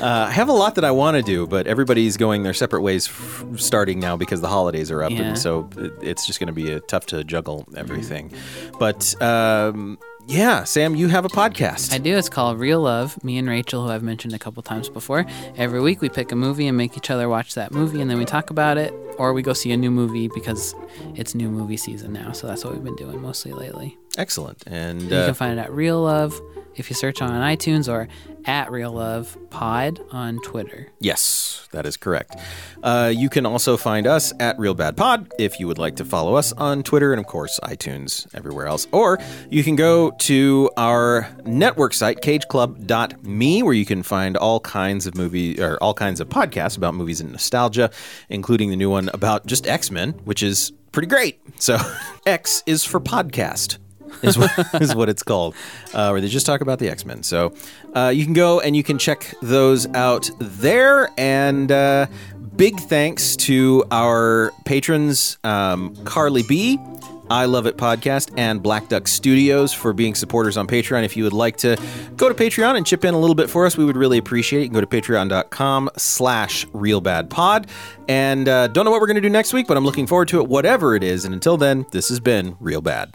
I have a lot that I want to do, but everybody's going their separate ways f- starting now because the holidays are up. Yeah. And so it, it's just going to be uh tough to juggle everything. But um, yeah, Sam, you have a podcast. I do. It's called Real Love. Me and Rachel, who I've mentioned a couple times before, every week we pick a movie and make each other watch that movie, and then we talk about it, or we go see a new movie because it's new movie season now. So that's what we've been doing mostly lately. Excellent. And You uh, can find it at Real Love if you search on iTunes or at Real Love Pod on Twitter. Yes, that is correct. Uh, you can also find us at Real Bad Pod if you would like to follow us on Twitter and, of course, iTunes, everywhere else. Or you can go to our network site, cageclub.me, where you can find all kinds of movie or all kinds of podcasts about movies and nostalgia, including the new one about just X Men, which is pretty great. So X is for podcast is what, is what it's called, uh, where they just talk about the X Men. So uh, you can go and you can check those out there. And uh, big thanks to our patrons, um, Carly B. I Love It Podcast and Black Duck Studios for being supporters on Patreon. If you would like to go to Patreon and chip in a little bit for us, we would really appreciate it. You can go to patreon.com slash realbadpod. And uh, don't know what we're going to do next week, but I'm looking forward to it, whatever it is. And until then, this has been Real Bad.